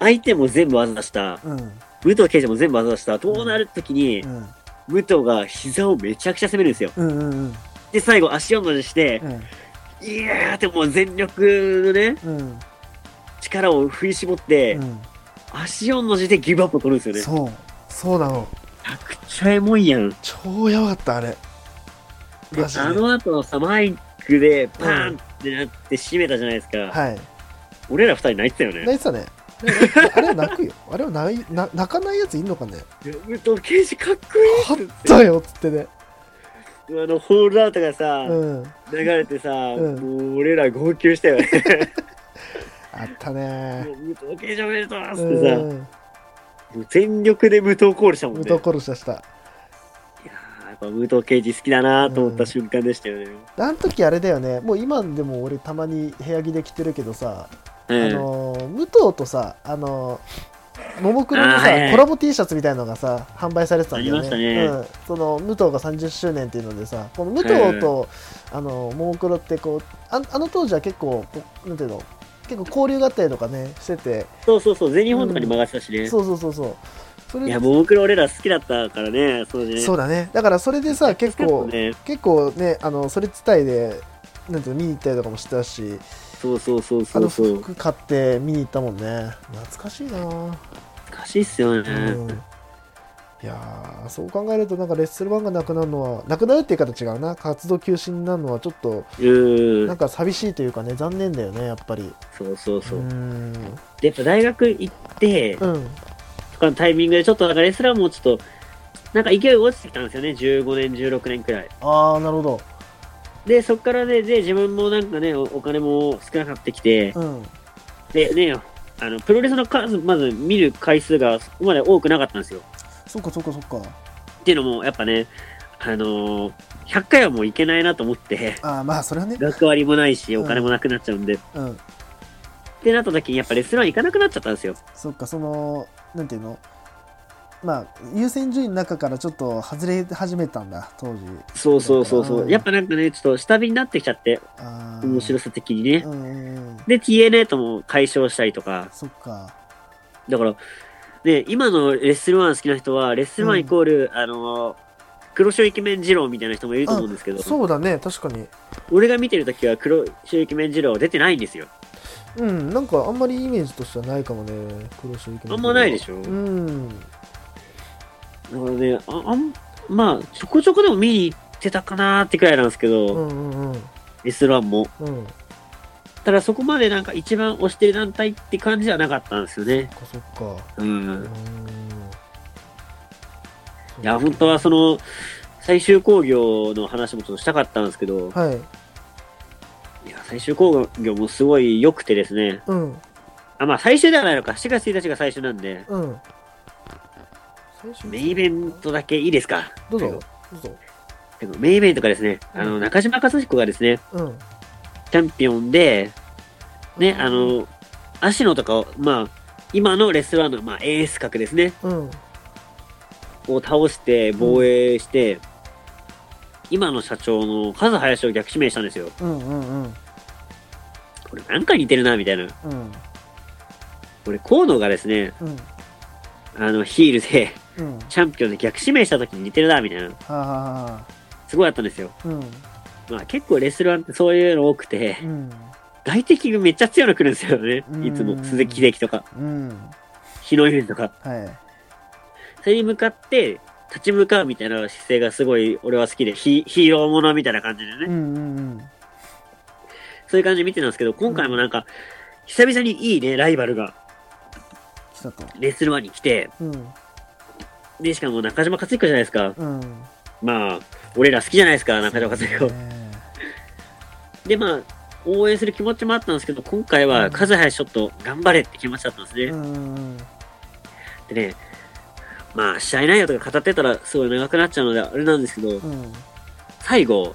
[SPEAKER 2] 相手も全部技出した、
[SPEAKER 3] うん
[SPEAKER 2] 武藤敬司も全部技出した、どうなるときに
[SPEAKER 3] う、ん
[SPEAKER 2] 武藤が膝をめちゃくちゃ攻めるんですよ。
[SPEAKER 3] うんうんうん
[SPEAKER 2] で、最後足を伸ばして、いやーってもう全力のね、
[SPEAKER 3] うんうん
[SPEAKER 2] 力を振り絞って、
[SPEAKER 3] うん
[SPEAKER 2] 足をの字でギブアップを取るんですよね。
[SPEAKER 3] そう
[SPEAKER 1] そうなの
[SPEAKER 2] めちゃくちゃエモいやん。
[SPEAKER 1] 超やばかったあれマジで
[SPEAKER 2] あの後のさ、マイクでパーンってなって締めたじゃないですか。
[SPEAKER 1] はい
[SPEAKER 2] 俺ら二人泣いてたよね。
[SPEAKER 1] 泣いてたねでも泣いてあれは泣くよあれは泣いな泣かないやついんのかね
[SPEAKER 2] 武藤刑司かっこい
[SPEAKER 1] 勝
[SPEAKER 2] い
[SPEAKER 1] ったよっつってね
[SPEAKER 2] あの、ホールアウトがさ、
[SPEAKER 1] うん
[SPEAKER 2] 流れてさ、
[SPEAKER 1] うん
[SPEAKER 2] もう俺ら号泣したよね。
[SPEAKER 1] あった
[SPEAKER 2] <laughs>
[SPEAKER 1] ね
[SPEAKER 2] もう武藤刑司おめでとうっつ
[SPEAKER 1] う
[SPEAKER 2] ってさ、
[SPEAKER 1] ん
[SPEAKER 2] もう全力で武藤コールしたもん
[SPEAKER 1] 武
[SPEAKER 2] ね。
[SPEAKER 1] 藤殺し出した
[SPEAKER 2] いやーやっぱ武藤刑司好きだなと思った瞬間でしたよね。
[SPEAKER 1] あの時あれだよねもう今でも俺たまに部屋着で着てるけどさ、
[SPEAKER 2] うん
[SPEAKER 1] あのー武藤とさあのーももクロの
[SPEAKER 2] あー
[SPEAKER 1] さ
[SPEAKER 2] はいはい
[SPEAKER 1] コラボ T シャツみたいのがさ販売されてたんだよね
[SPEAKER 2] ありましたね
[SPEAKER 1] うん、その武藤が30周年っていうのでさこの武藤と、あのーももクロってこうああの当時は結構こうなんていうの結構交流があったりとかねしてて
[SPEAKER 2] そうそうそう、全日本とかに曲がってたしね。
[SPEAKER 1] そうそうそうそうそれ
[SPEAKER 2] いや、ももクロ俺ら好きだったからね、そうね。
[SPEAKER 1] そうだねだからそれでさ結構、
[SPEAKER 2] ね、
[SPEAKER 1] 結構ねあのそれ伝いでなんていうの見に行ったりとかもしてたし
[SPEAKER 2] そうそうそう
[SPEAKER 1] あ
[SPEAKER 2] そ
[SPEAKER 1] の
[SPEAKER 2] うそう。
[SPEAKER 1] 服買って見に行ったもんね懐かしいなぁ、
[SPEAKER 2] 懐かしいっすよね。
[SPEAKER 1] うん、いやーそう考えるとなんかレッスル1がなくなるのはなくなるって言い方違うな活動休止になるのはちょっと
[SPEAKER 2] うーん
[SPEAKER 1] なんか寂しいというかね残念だよねやっぱり
[SPEAKER 2] そうそうそうう。
[SPEAKER 1] ん
[SPEAKER 2] で、やっぱ大学行って、
[SPEAKER 1] うん
[SPEAKER 2] とかのタイミングで、ちょっとなんかレスラーもちょっと、なんか勢い落ちてきたんですよね、15年、16年くらい。
[SPEAKER 1] ああなるほど
[SPEAKER 2] で、そっからね、で、自分もなんかね、おお金も少なくなってきて、
[SPEAKER 1] うん
[SPEAKER 2] で、ね、あの、プロレスの数、まず見る回数がそこまで多くなかったんですよ。
[SPEAKER 3] そっかそっかそっか
[SPEAKER 2] っていうのも、やっぱね、あのー100回はもういけないなと思って、
[SPEAKER 3] ああまあそれはね
[SPEAKER 2] 学割もないし、お金もなくなっちゃうんで、
[SPEAKER 3] うん
[SPEAKER 2] ってなった時にやっぱレスラー行かなくなっちゃったんですよ。
[SPEAKER 3] そっかそのなんていうのまあ優先順位の中からちょっと外れ始めたんだ当時
[SPEAKER 2] そうそうそうそうう。
[SPEAKER 3] ん
[SPEAKER 2] やっぱなんかね、ちょっと下火になってきちゃって、
[SPEAKER 3] ああ
[SPEAKER 2] 面白さ的にね
[SPEAKER 3] う。んうんうん
[SPEAKER 2] で、TNA とも解消したりとか、
[SPEAKER 3] そっか
[SPEAKER 2] だから、ね、今のレッスルワン好きな人は、レッスルワンイコール、あの、黒潮イケメン二郎みたいな人もいると思うんですけど、
[SPEAKER 1] そうだね確かに
[SPEAKER 2] 俺が見てる時は黒潮イケメン二郎は出てないんですよ。
[SPEAKER 1] うんなんかあんまりイメージとしてはないかもね黒潮イケメン
[SPEAKER 2] あんまないでしょ。
[SPEAKER 1] う
[SPEAKER 2] だか
[SPEAKER 1] ん
[SPEAKER 2] らね、ああん、まあ、ちょこちょこでも見に行ってたかなーってくらいなんですけ
[SPEAKER 1] う
[SPEAKER 2] ど、
[SPEAKER 1] んうんうん
[SPEAKER 2] レッスルワンも。
[SPEAKER 1] うん
[SPEAKER 2] ただそこまでなんか一番推してる団体って感じじゃなかったんですよね。
[SPEAKER 1] そっかそっかう
[SPEAKER 2] う。
[SPEAKER 1] んん
[SPEAKER 2] いや、本当はその、最終工業の話もちょっとしたかったんですけど、
[SPEAKER 1] はい
[SPEAKER 2] いや、最終工業もすごい良くてですね、
[SPEAKER 1] うん
[SPEAKER 2] あ、まあ最終ではないのか、4月1日が最終なんで、
[SPEAKER 1] うん最初
[SPEAKER 2] メインイベントだけいいですか
[SPEAKER 1] どうぞどうぞ
[SPEAKER 2] でもメインイベントがですね、あ
[SPEAKER 1] う
[SPEAKER 2] の、
[SPEAKER 1] ん
[SPEAKER 2] 中島克彦がですね、
[SPEAKER 1] うん
[SPEAKER 2] チャンピオンで、ね、あの、足野とかを、まあ、今のレストランの、まあ、エース格ですね、
[SPEAKER 1] うん
[SPEAKER 2] を倒して防衛して、今の社長のカズ林を逆指名したんですよ。
[SPEAKER 3] うんうんうん
[SPEAKER 2] これなんか似てるな、みたいな。
[SPEAKER 3] うん
[SPEAKER 2] これ、河野がですね、
[SPEAKER 3] うん
[SPEAKER 2] あの、ヒールで、 <laughs>
[SPEAKER 3] うん
[SPEAKER 2] チャンピオンで逆指名した時に似てるな、みたいな。
[SPEAKER 3] はあはあはあ
[SPEAKER 2] すごいあったんですよ。
[SPEAKER 3] うん
[SPEAKER 2] まあ結構レスラーってそういうの多くて、
[SPEAKER 3] うん
[SPEAKER 2] 外敵がめっちゃ強いの来るんですよね
[SPEAKER 3] う。ん
[SPEAKER 2] いつも。鈴木秀樹とか、
[SPEAKER 3] うん
[SPEAKER 2] 日野由里とか。
[SPEAKER 3] はい
[SPEAKER 2] それに向かって、立ち向かうみたいな姿勢がすごい俺は好きで、ヒヒーローものみたいな感じで
[SPEAKER 3] う
[SPEAKER 2] ね。
[SPEAKER 3] んうん
[SPEAKER 2] そういう感じで見てたんですけど、今回もなんか、久々にいいね、ライバルが
[SPEAKER 3] 来たと
[SPEAKER 2] レスラーに来て、
[SPEAKER 3] うん
[SPEAKER 2] で、しかも中島克彦じゃないですか。
[SPEAKER 3] うん。
[SPEAKER 2] まあ、俺ら好きじゃないですか、中島克彦。
[SPEAKER 3] ね
[SPEAKER 2] で、まあ、応援する気持ちもあったんですけど、今回
[SPEAKER 3] う
[SPEAKER 2] は、
[SPEAKER 3] ん
[SPEAKER 2] カズハヤシちょっと頑張れって気持ちだったんですね。
[SPEAKER 3] うん。
[SPEAKER 2] でね、まあ、試合内容とか語ってたら、すごい長くなっちゃうので、あれなんですけど、
[SPEAKER 3] うん。
[SPEAKER 2] 最後、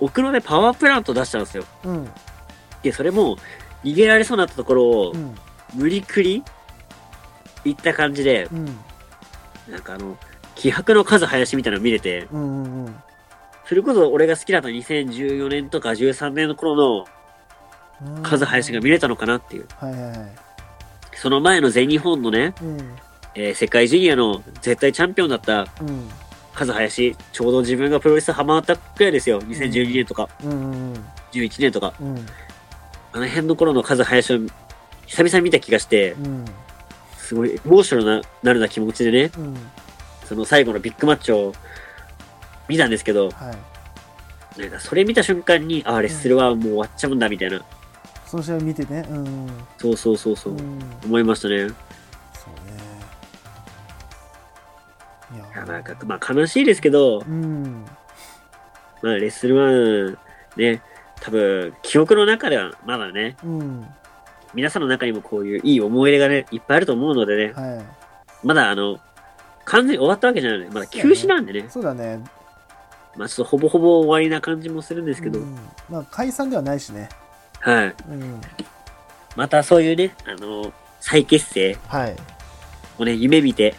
[SPEAKER 2] 奥野でパワープラント出したんですよ。
[SPEAKER 3] うん。
[SPEAKER 2] で、それも、逃げられそうになったところを
[SPEAKER 3] う、ん。
[SPEAKER 2] 無理くり、いった感じで、
[SPEAKER 3] うん。
[SPEAKER 2] なんかあの、気迫の数林みたいなの見れて、
[SPEAKER 3] うん。うん。
[SPEAKER 2] それこそ俺が好きだった2014年とか13年の頃の
[SPEAKER 3] うん。
[SPEAKER 2] 数林が見れたのかなっていう。
[SPEAKER 3] はいはいはい。
[SPEAKER 2] その前の全日本のね、
[SPEAKER 3] うん。
[SPEAKER 2] えー世界ジュニアの絶対チャンピオンだった
[SPEAKER 3] うん。
[SPEAKER 2] 数林、ちょうど自分がプロレスハマったくらいですよ。2012年とか、
[SPEAKER 3] うん。
[SPEAKER 2] 11年とか、
[SPEAKER 3] うん。
[SPEAKER 2] あの辺の頃の数林を久々に見た気がして、
[SPEAKER 3] うん。
[SPEAKER 2] すごいエモーショナルななるな気持ちでね、
[SPEAKER 3] うん。
[SPEAKER 2] その最後のビッグマッチを見たんですけど、
[SPEAKER 3] はい。
[SPEAKER 2] なんかそれ見た瞬間に、ああ、レッスルはもう終わっちゃうんだみたいな、
[SPEAKER 3] その試合見てね。うん。
[SPEAKER 2] そうそうそうそうう、
[SPEAKER 3] ん。
[SPEAKER 2] 思いましたね。
[SPEAKER 3] そうね。い
[SPEAKER 2] いやなんかまあ悲しいですけど、
[SPEAKER 3] うん。
[SPEAKER 2] まあ、レッスルワン、ね、多分、記憶の中ではまだね、
[SPEAKER 3] うん。
[SPEAKER 2] 皆さんの中にもこういういい思い出がね、いっぱいあると思うのでね、
[SPEAKER 3] は
[SPEAKER 2] まだあの、完全に終わったわけじゃないので、まだ休止なんでね
[SPEAKER 3] い。、そうだね。
[SPEAKER 2] まあちょっとほぼほぼ終わりな感じもするんですけど、
[SPEAKER 3] うんまあ、解散ではないしね。
[SPEAKER 2] はい。
[SPEAKER 3] うん。
[SPEAKER 2] またそういうね、あの、再結成
[SPEAKER 1] はい。
[SPEAKER 2] をね、夢見て、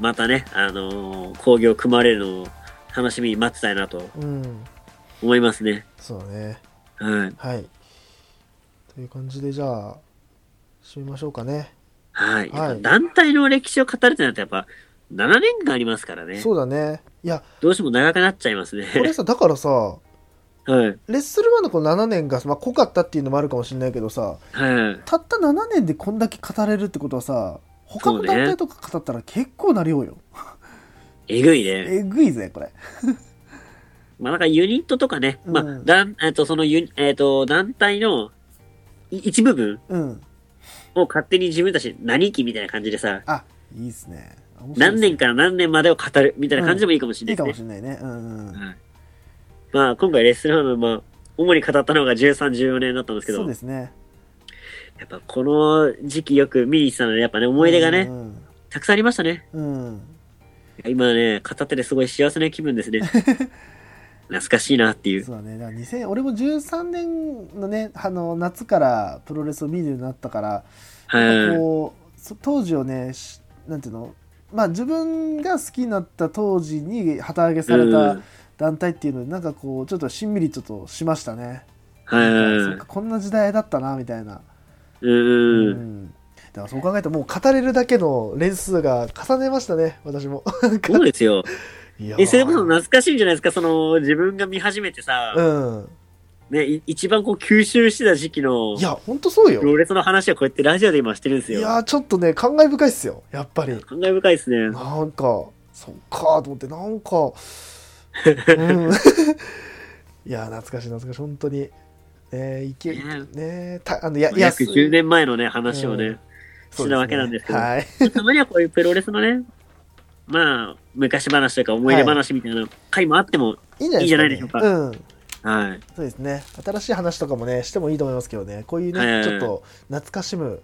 [SPEAKER 2] またね、あのー、工業組まれるのを楽しみに待ってたいなと
[SPEAKER 1] うん。
[SPEAKER 2] 思いますね。
[SPEAKER 1] そうね。
[SPEAKER 2] はい。
[SPEAKER 1] はい。という感じで、じゃあ、締めましょうかね。
[SPEAKER 2] はい。
[SPEAKER 1] はい
[SPEAKER 2] 団体の歴史を語るってなると、やっぱ、7年間ありますからね。
[SPEAKER 1] そうだね。いや、
[SPEAKER 2] どうしても長くなっちゃいます
[SPEAKER 1] これ
[SPEAKER 2] ね。
[SPEAKER 1] さ、だからさ、
[SPEAKER 2] <laughs> はい。
[SPEAKER 1] レッスルマンのこの7年が、まあ、濃かったっていうのもあるかもしれないけどさ、
[SPEAKER 2] はい。
[SPEAKER 3] たった7年でこんだけ語れるってことはさ、他の
[SPEAKER 2] そうね
[SPEAKER 3] 団体とか語ったら結構な量よ。
[SPEAKER 2] えぐいね。
[SPEAKER 3] えぐいぜ、これ。
[SPEAKER 2] まあ、なんかユニットとかね、まあ、
[SPEAKER 3] うん
[SPEAKER 2] 団、えっと、そのユニ、えっと、団体のい一部分
[SPEAKER 3] うん。
[SPEAKER 2] を勝手に自分たち、何期みたいな感じでさ、
[SPEAKER 3] あ、いいっすね。面白いっ
[SPEAKER 2] 何
[SPEAKER 3] すね
[SPEAKER 2] 年から何年までを語るみたいな感じでもいいかもし
[SPEAKER 3] い
[SPEAKER 2] れ
[SPEAKER 3] い
[SPEAKER 2] な
[SPEAKER 3] かも
[SPEAKER 2] い
[SPEAKER 3] し
[SPEAKER 2] ですね。
[SPEAKER 3] れないね。うんうん。
[SPEAKER 2] はい。まあ、今回レッスルハム、まあ、主に語ったのが13、14年だったんですけ
[SPEAKER 3] そ
[SPEAKER 2] ど
[SPEAKER 3] うで、すね。
[SPEAKER 2] やっぱこの時期よく見に行ってたので、やっぱね、思い出が
[SPEAKER 3] う
[SPEAKER 2] ね、
[SPEAKER 3] ん
[SPEAKER 2] たくさんありましたね。
[SPEAKER 3] うん。うん。
[SPEAKER 2] 今ね、語っててすごい幸せな気分ですね。懐かしいなっていう。
[SPEAKER 3] そうだね。だから2000、俺も13年のね、あの、夏からプロレスを見るようになったから、
[SPEAKER 2] はい。
[SPEAKER 3] こうそ当時をねしなんていうのまあ自分が好きになった当時に旗揚げされ
[SPEAKER 2] う
[SPEAKER 3] た
[SPEAKER 2] ん
[SPEAKER 3] 団体っていうのでなんかこうちょっとしんみりちょっとしましたね、なんかそっ
[SPEAKER 2] は
[SPEAKER 3] かこんな時代だったなみたいな、
[SPEAKER 2] い。うん。
[SPEAKER 3] だからそ
[SPEAKER 1] そうう
[SPEAKER 3] 考
[SPEAKER 1] 考
[SPEAKER 3] え
[SPEAKER 1] えたらもう語れるだけの連数が重ねましたね、私も。
[SPEAKER 2] そうですよ。
[SPEAKER 1] いやー
[SPEAKER 2] <laughs> え、それこそ懐かしいんじゃないですか、その、自分が見始めてさ、
[SPEAKER 1] うん。
[SPEAKER 2] ね、い一番こう吸収してた時期の
[SPEAKER 1] い、や、ほんとそうよ
[SPEAKER 2] プ。ロレスの話はこうやってラジオで今してるんです
[SPEAKER 1] い
[SPEAKER 2] よ。
[SPEAKER 1] やー、ちょっとね、感慨深いっすよ、やっぱり。
[SPEAKER 2] 感慨深いですね。
[SPEAKER 1] なんか、そっかーと思って、なんか、うん、 <laughs> いやー、懐かしい懐かしい、本当に。ねいけ、
[SPEAKER 2] ね
[SPEAKER 1] ねえたあの、や、や
[SPEAKER 2] 約10年前のね、話を
[SPEAKER 1] う
[SPEAKER 2] ね
[SPEAKER 1] ん、
[SPEAKER 2] してたわけなんですけど、
[SPEAKER 1] はい。
[SPEAKER 2] たまにはこういうプロレスのね、まあ、昔話とか思い出話みたいな回もあっても、
[SPEAKER 1] いいんじゃないですか、ね。
[SPEAKER 2] いいじゃないでしょうか
[SPEAKER 1] うん。
[SPEAKER 2] はい。
[SPEAKER 1] そうですね。新しい話とかもね、してもいいと思いますけどね、こういうね、
[SPEAKER 2] うん
[SPEAKER 1] ちょっと懐かしむ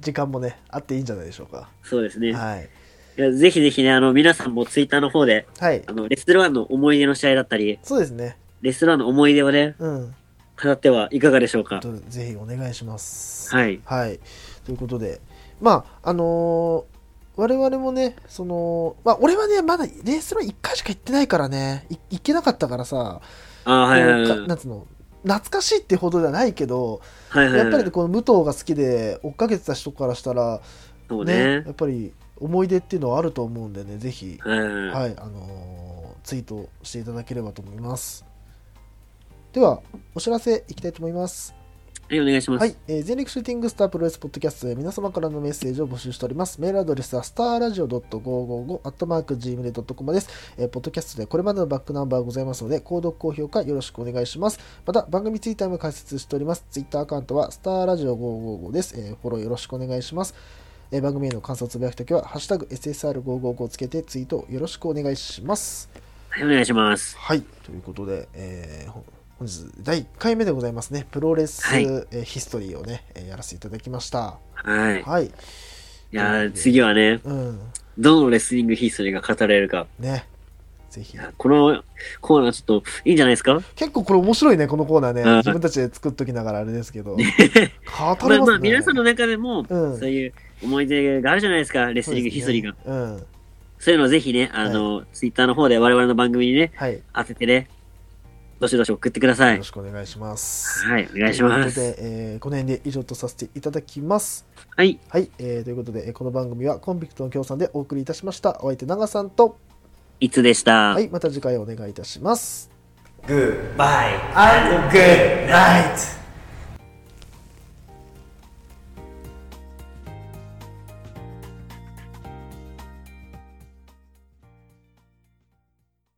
[SPEAKER 1] 時間もね、あっていいんじゃないでしょうか。
[SPEAKER 2] そうですね。
[SPEAKER 1] はい。
[SPEAKER 2] いやぜひぜひね、あの、皆さんもツイッターの方で、
[SPEAKER 1] はい
[SPEAKER 2] あ。の、レッスルワンの思い出の試合だったり、
[SPEAKER 1] そうですね。
[SPEAKER 2] レッスルワンの思い出をね、
[SPEAKER 1] うん。
[SPEAKER 2] 語ってはいかがでしょうか。
[SPEAKER 1] とぜひお願いします。
[SPEAKER 2] はい。
[SPEAKER 1] はい。ということで、まあ、あのー我々もね、その、まあ、俺はね、まだレースの1回しか行ってないからね、い行けなかったからさ、
[SPEAKER 2] ああ、はいはいは
[SPEAKER 1] こうか
[SPEAKER 2] い。
[SPEAKER 1] なんつうの、懐かしいってほどではないけど、
[SPEAKER 2] はいはい
[SPEAKER 1] やっぱり
[SPEAKER 2] はい
[SPEAKER 1] ね、この武藤が好きで追っかけてた人からしたら、
[SPEAKER 2] そう
[SPEAKER 1] ね、
[SPEAKER 2] ね
[SPEAKER 1] や。っぱり思い出っていうのはあると思うんでね、ぜひ、
[SPEAKER 2] はいはいはい。
[SPEAKER 1] はい、あのーツイートしていただければと思います。では、お知らせいきたいと思います。
[SPEAKER 2] はい、お願いします。
[SPEAKER 1] はい、えー全力シューティングスタープロレスポッドキャストで皆様からのメッセージを募集しております。メールアドレスはスターラジオ .555-gmail.com です、えーポッドキャストではこれまでのバックナンバーございますので、購読、高評価よろしくお願いします。また、番組ツイッターも開設しております。ツイッターアカウントはスターラジオ555です。えーフォローよろしくお願いします。ええー番組への感想をつぶやくときは、ハッシュタグ SSR555 をつけてツイートをよろしくお願いします。
[SPEAKER 2] はい、お願いします。
[SPEAKER 1] はい、ということで、えーほ本日第1回目でございますね、プロレス、
[SPEAKER 2] はい
[SPEAKER 1] えーヒストリーをね、えーやらせていただきました。
[SPEAKER 2] はい。い
[SPEAKER 1] はい、
[SPEAKER 2] やー次はね、
[SPEAKER 1] うん、
[SPEAKER 2] どのレスリングヒストリーが語られるか。
[SPEAKER 1] ね、ぜひ
[SPEAKER 2] い。やこのコーナーちょっといいんじゃないですか
[SPEAKER 1] 結構これ面白いね、このコーナーね
[SPEAKER 2] うん、
[SPEAKER 1] 自分たちで作っときながらあれですけど、語れます
[SPEAKER 2] ま
[SPEAKER 1] ね。
[SPEAKER 2] あまあ、皆さんの中でも、
[SPEAKER 1] うん
[SPEAKER 2] そういう思い出があるじゃないですか、レス
[SPEAKER 1] そう
[SPEAKER 2] リ
[SPEAKER 1] ですね
[SPEAKER 2] ングヒストリーが。
[SPEAKER 1] うん、
[SPEAKER 2] そういうのをぜひね、あの、ツイッターの方で我々の番組にね、
[SPEAKER 1] はい、よ
[SPEAKER 2] 当ててね、どしどし送ってください
[SPEAKER 1] ろ。しくお願いします。
[SPEAKER 2] はい、お願いしま
[SPEAKER 1] という
[SPEAKER 2] す。
[SPEAKER 1] ことで、えーこの辺で以上とさせていただきます。
[SPEAKER 2] はい、
[SPEAKER 1] はい、えーということで、えーこの番組はコンビクトの協賛でお送りいたしました。お相手、長さんと、
[SPEAKER 2] いつでした。
[SPEAKER 1] はい、また次回お願いいたします。
[SPEAKER 4] Goodbye and good night.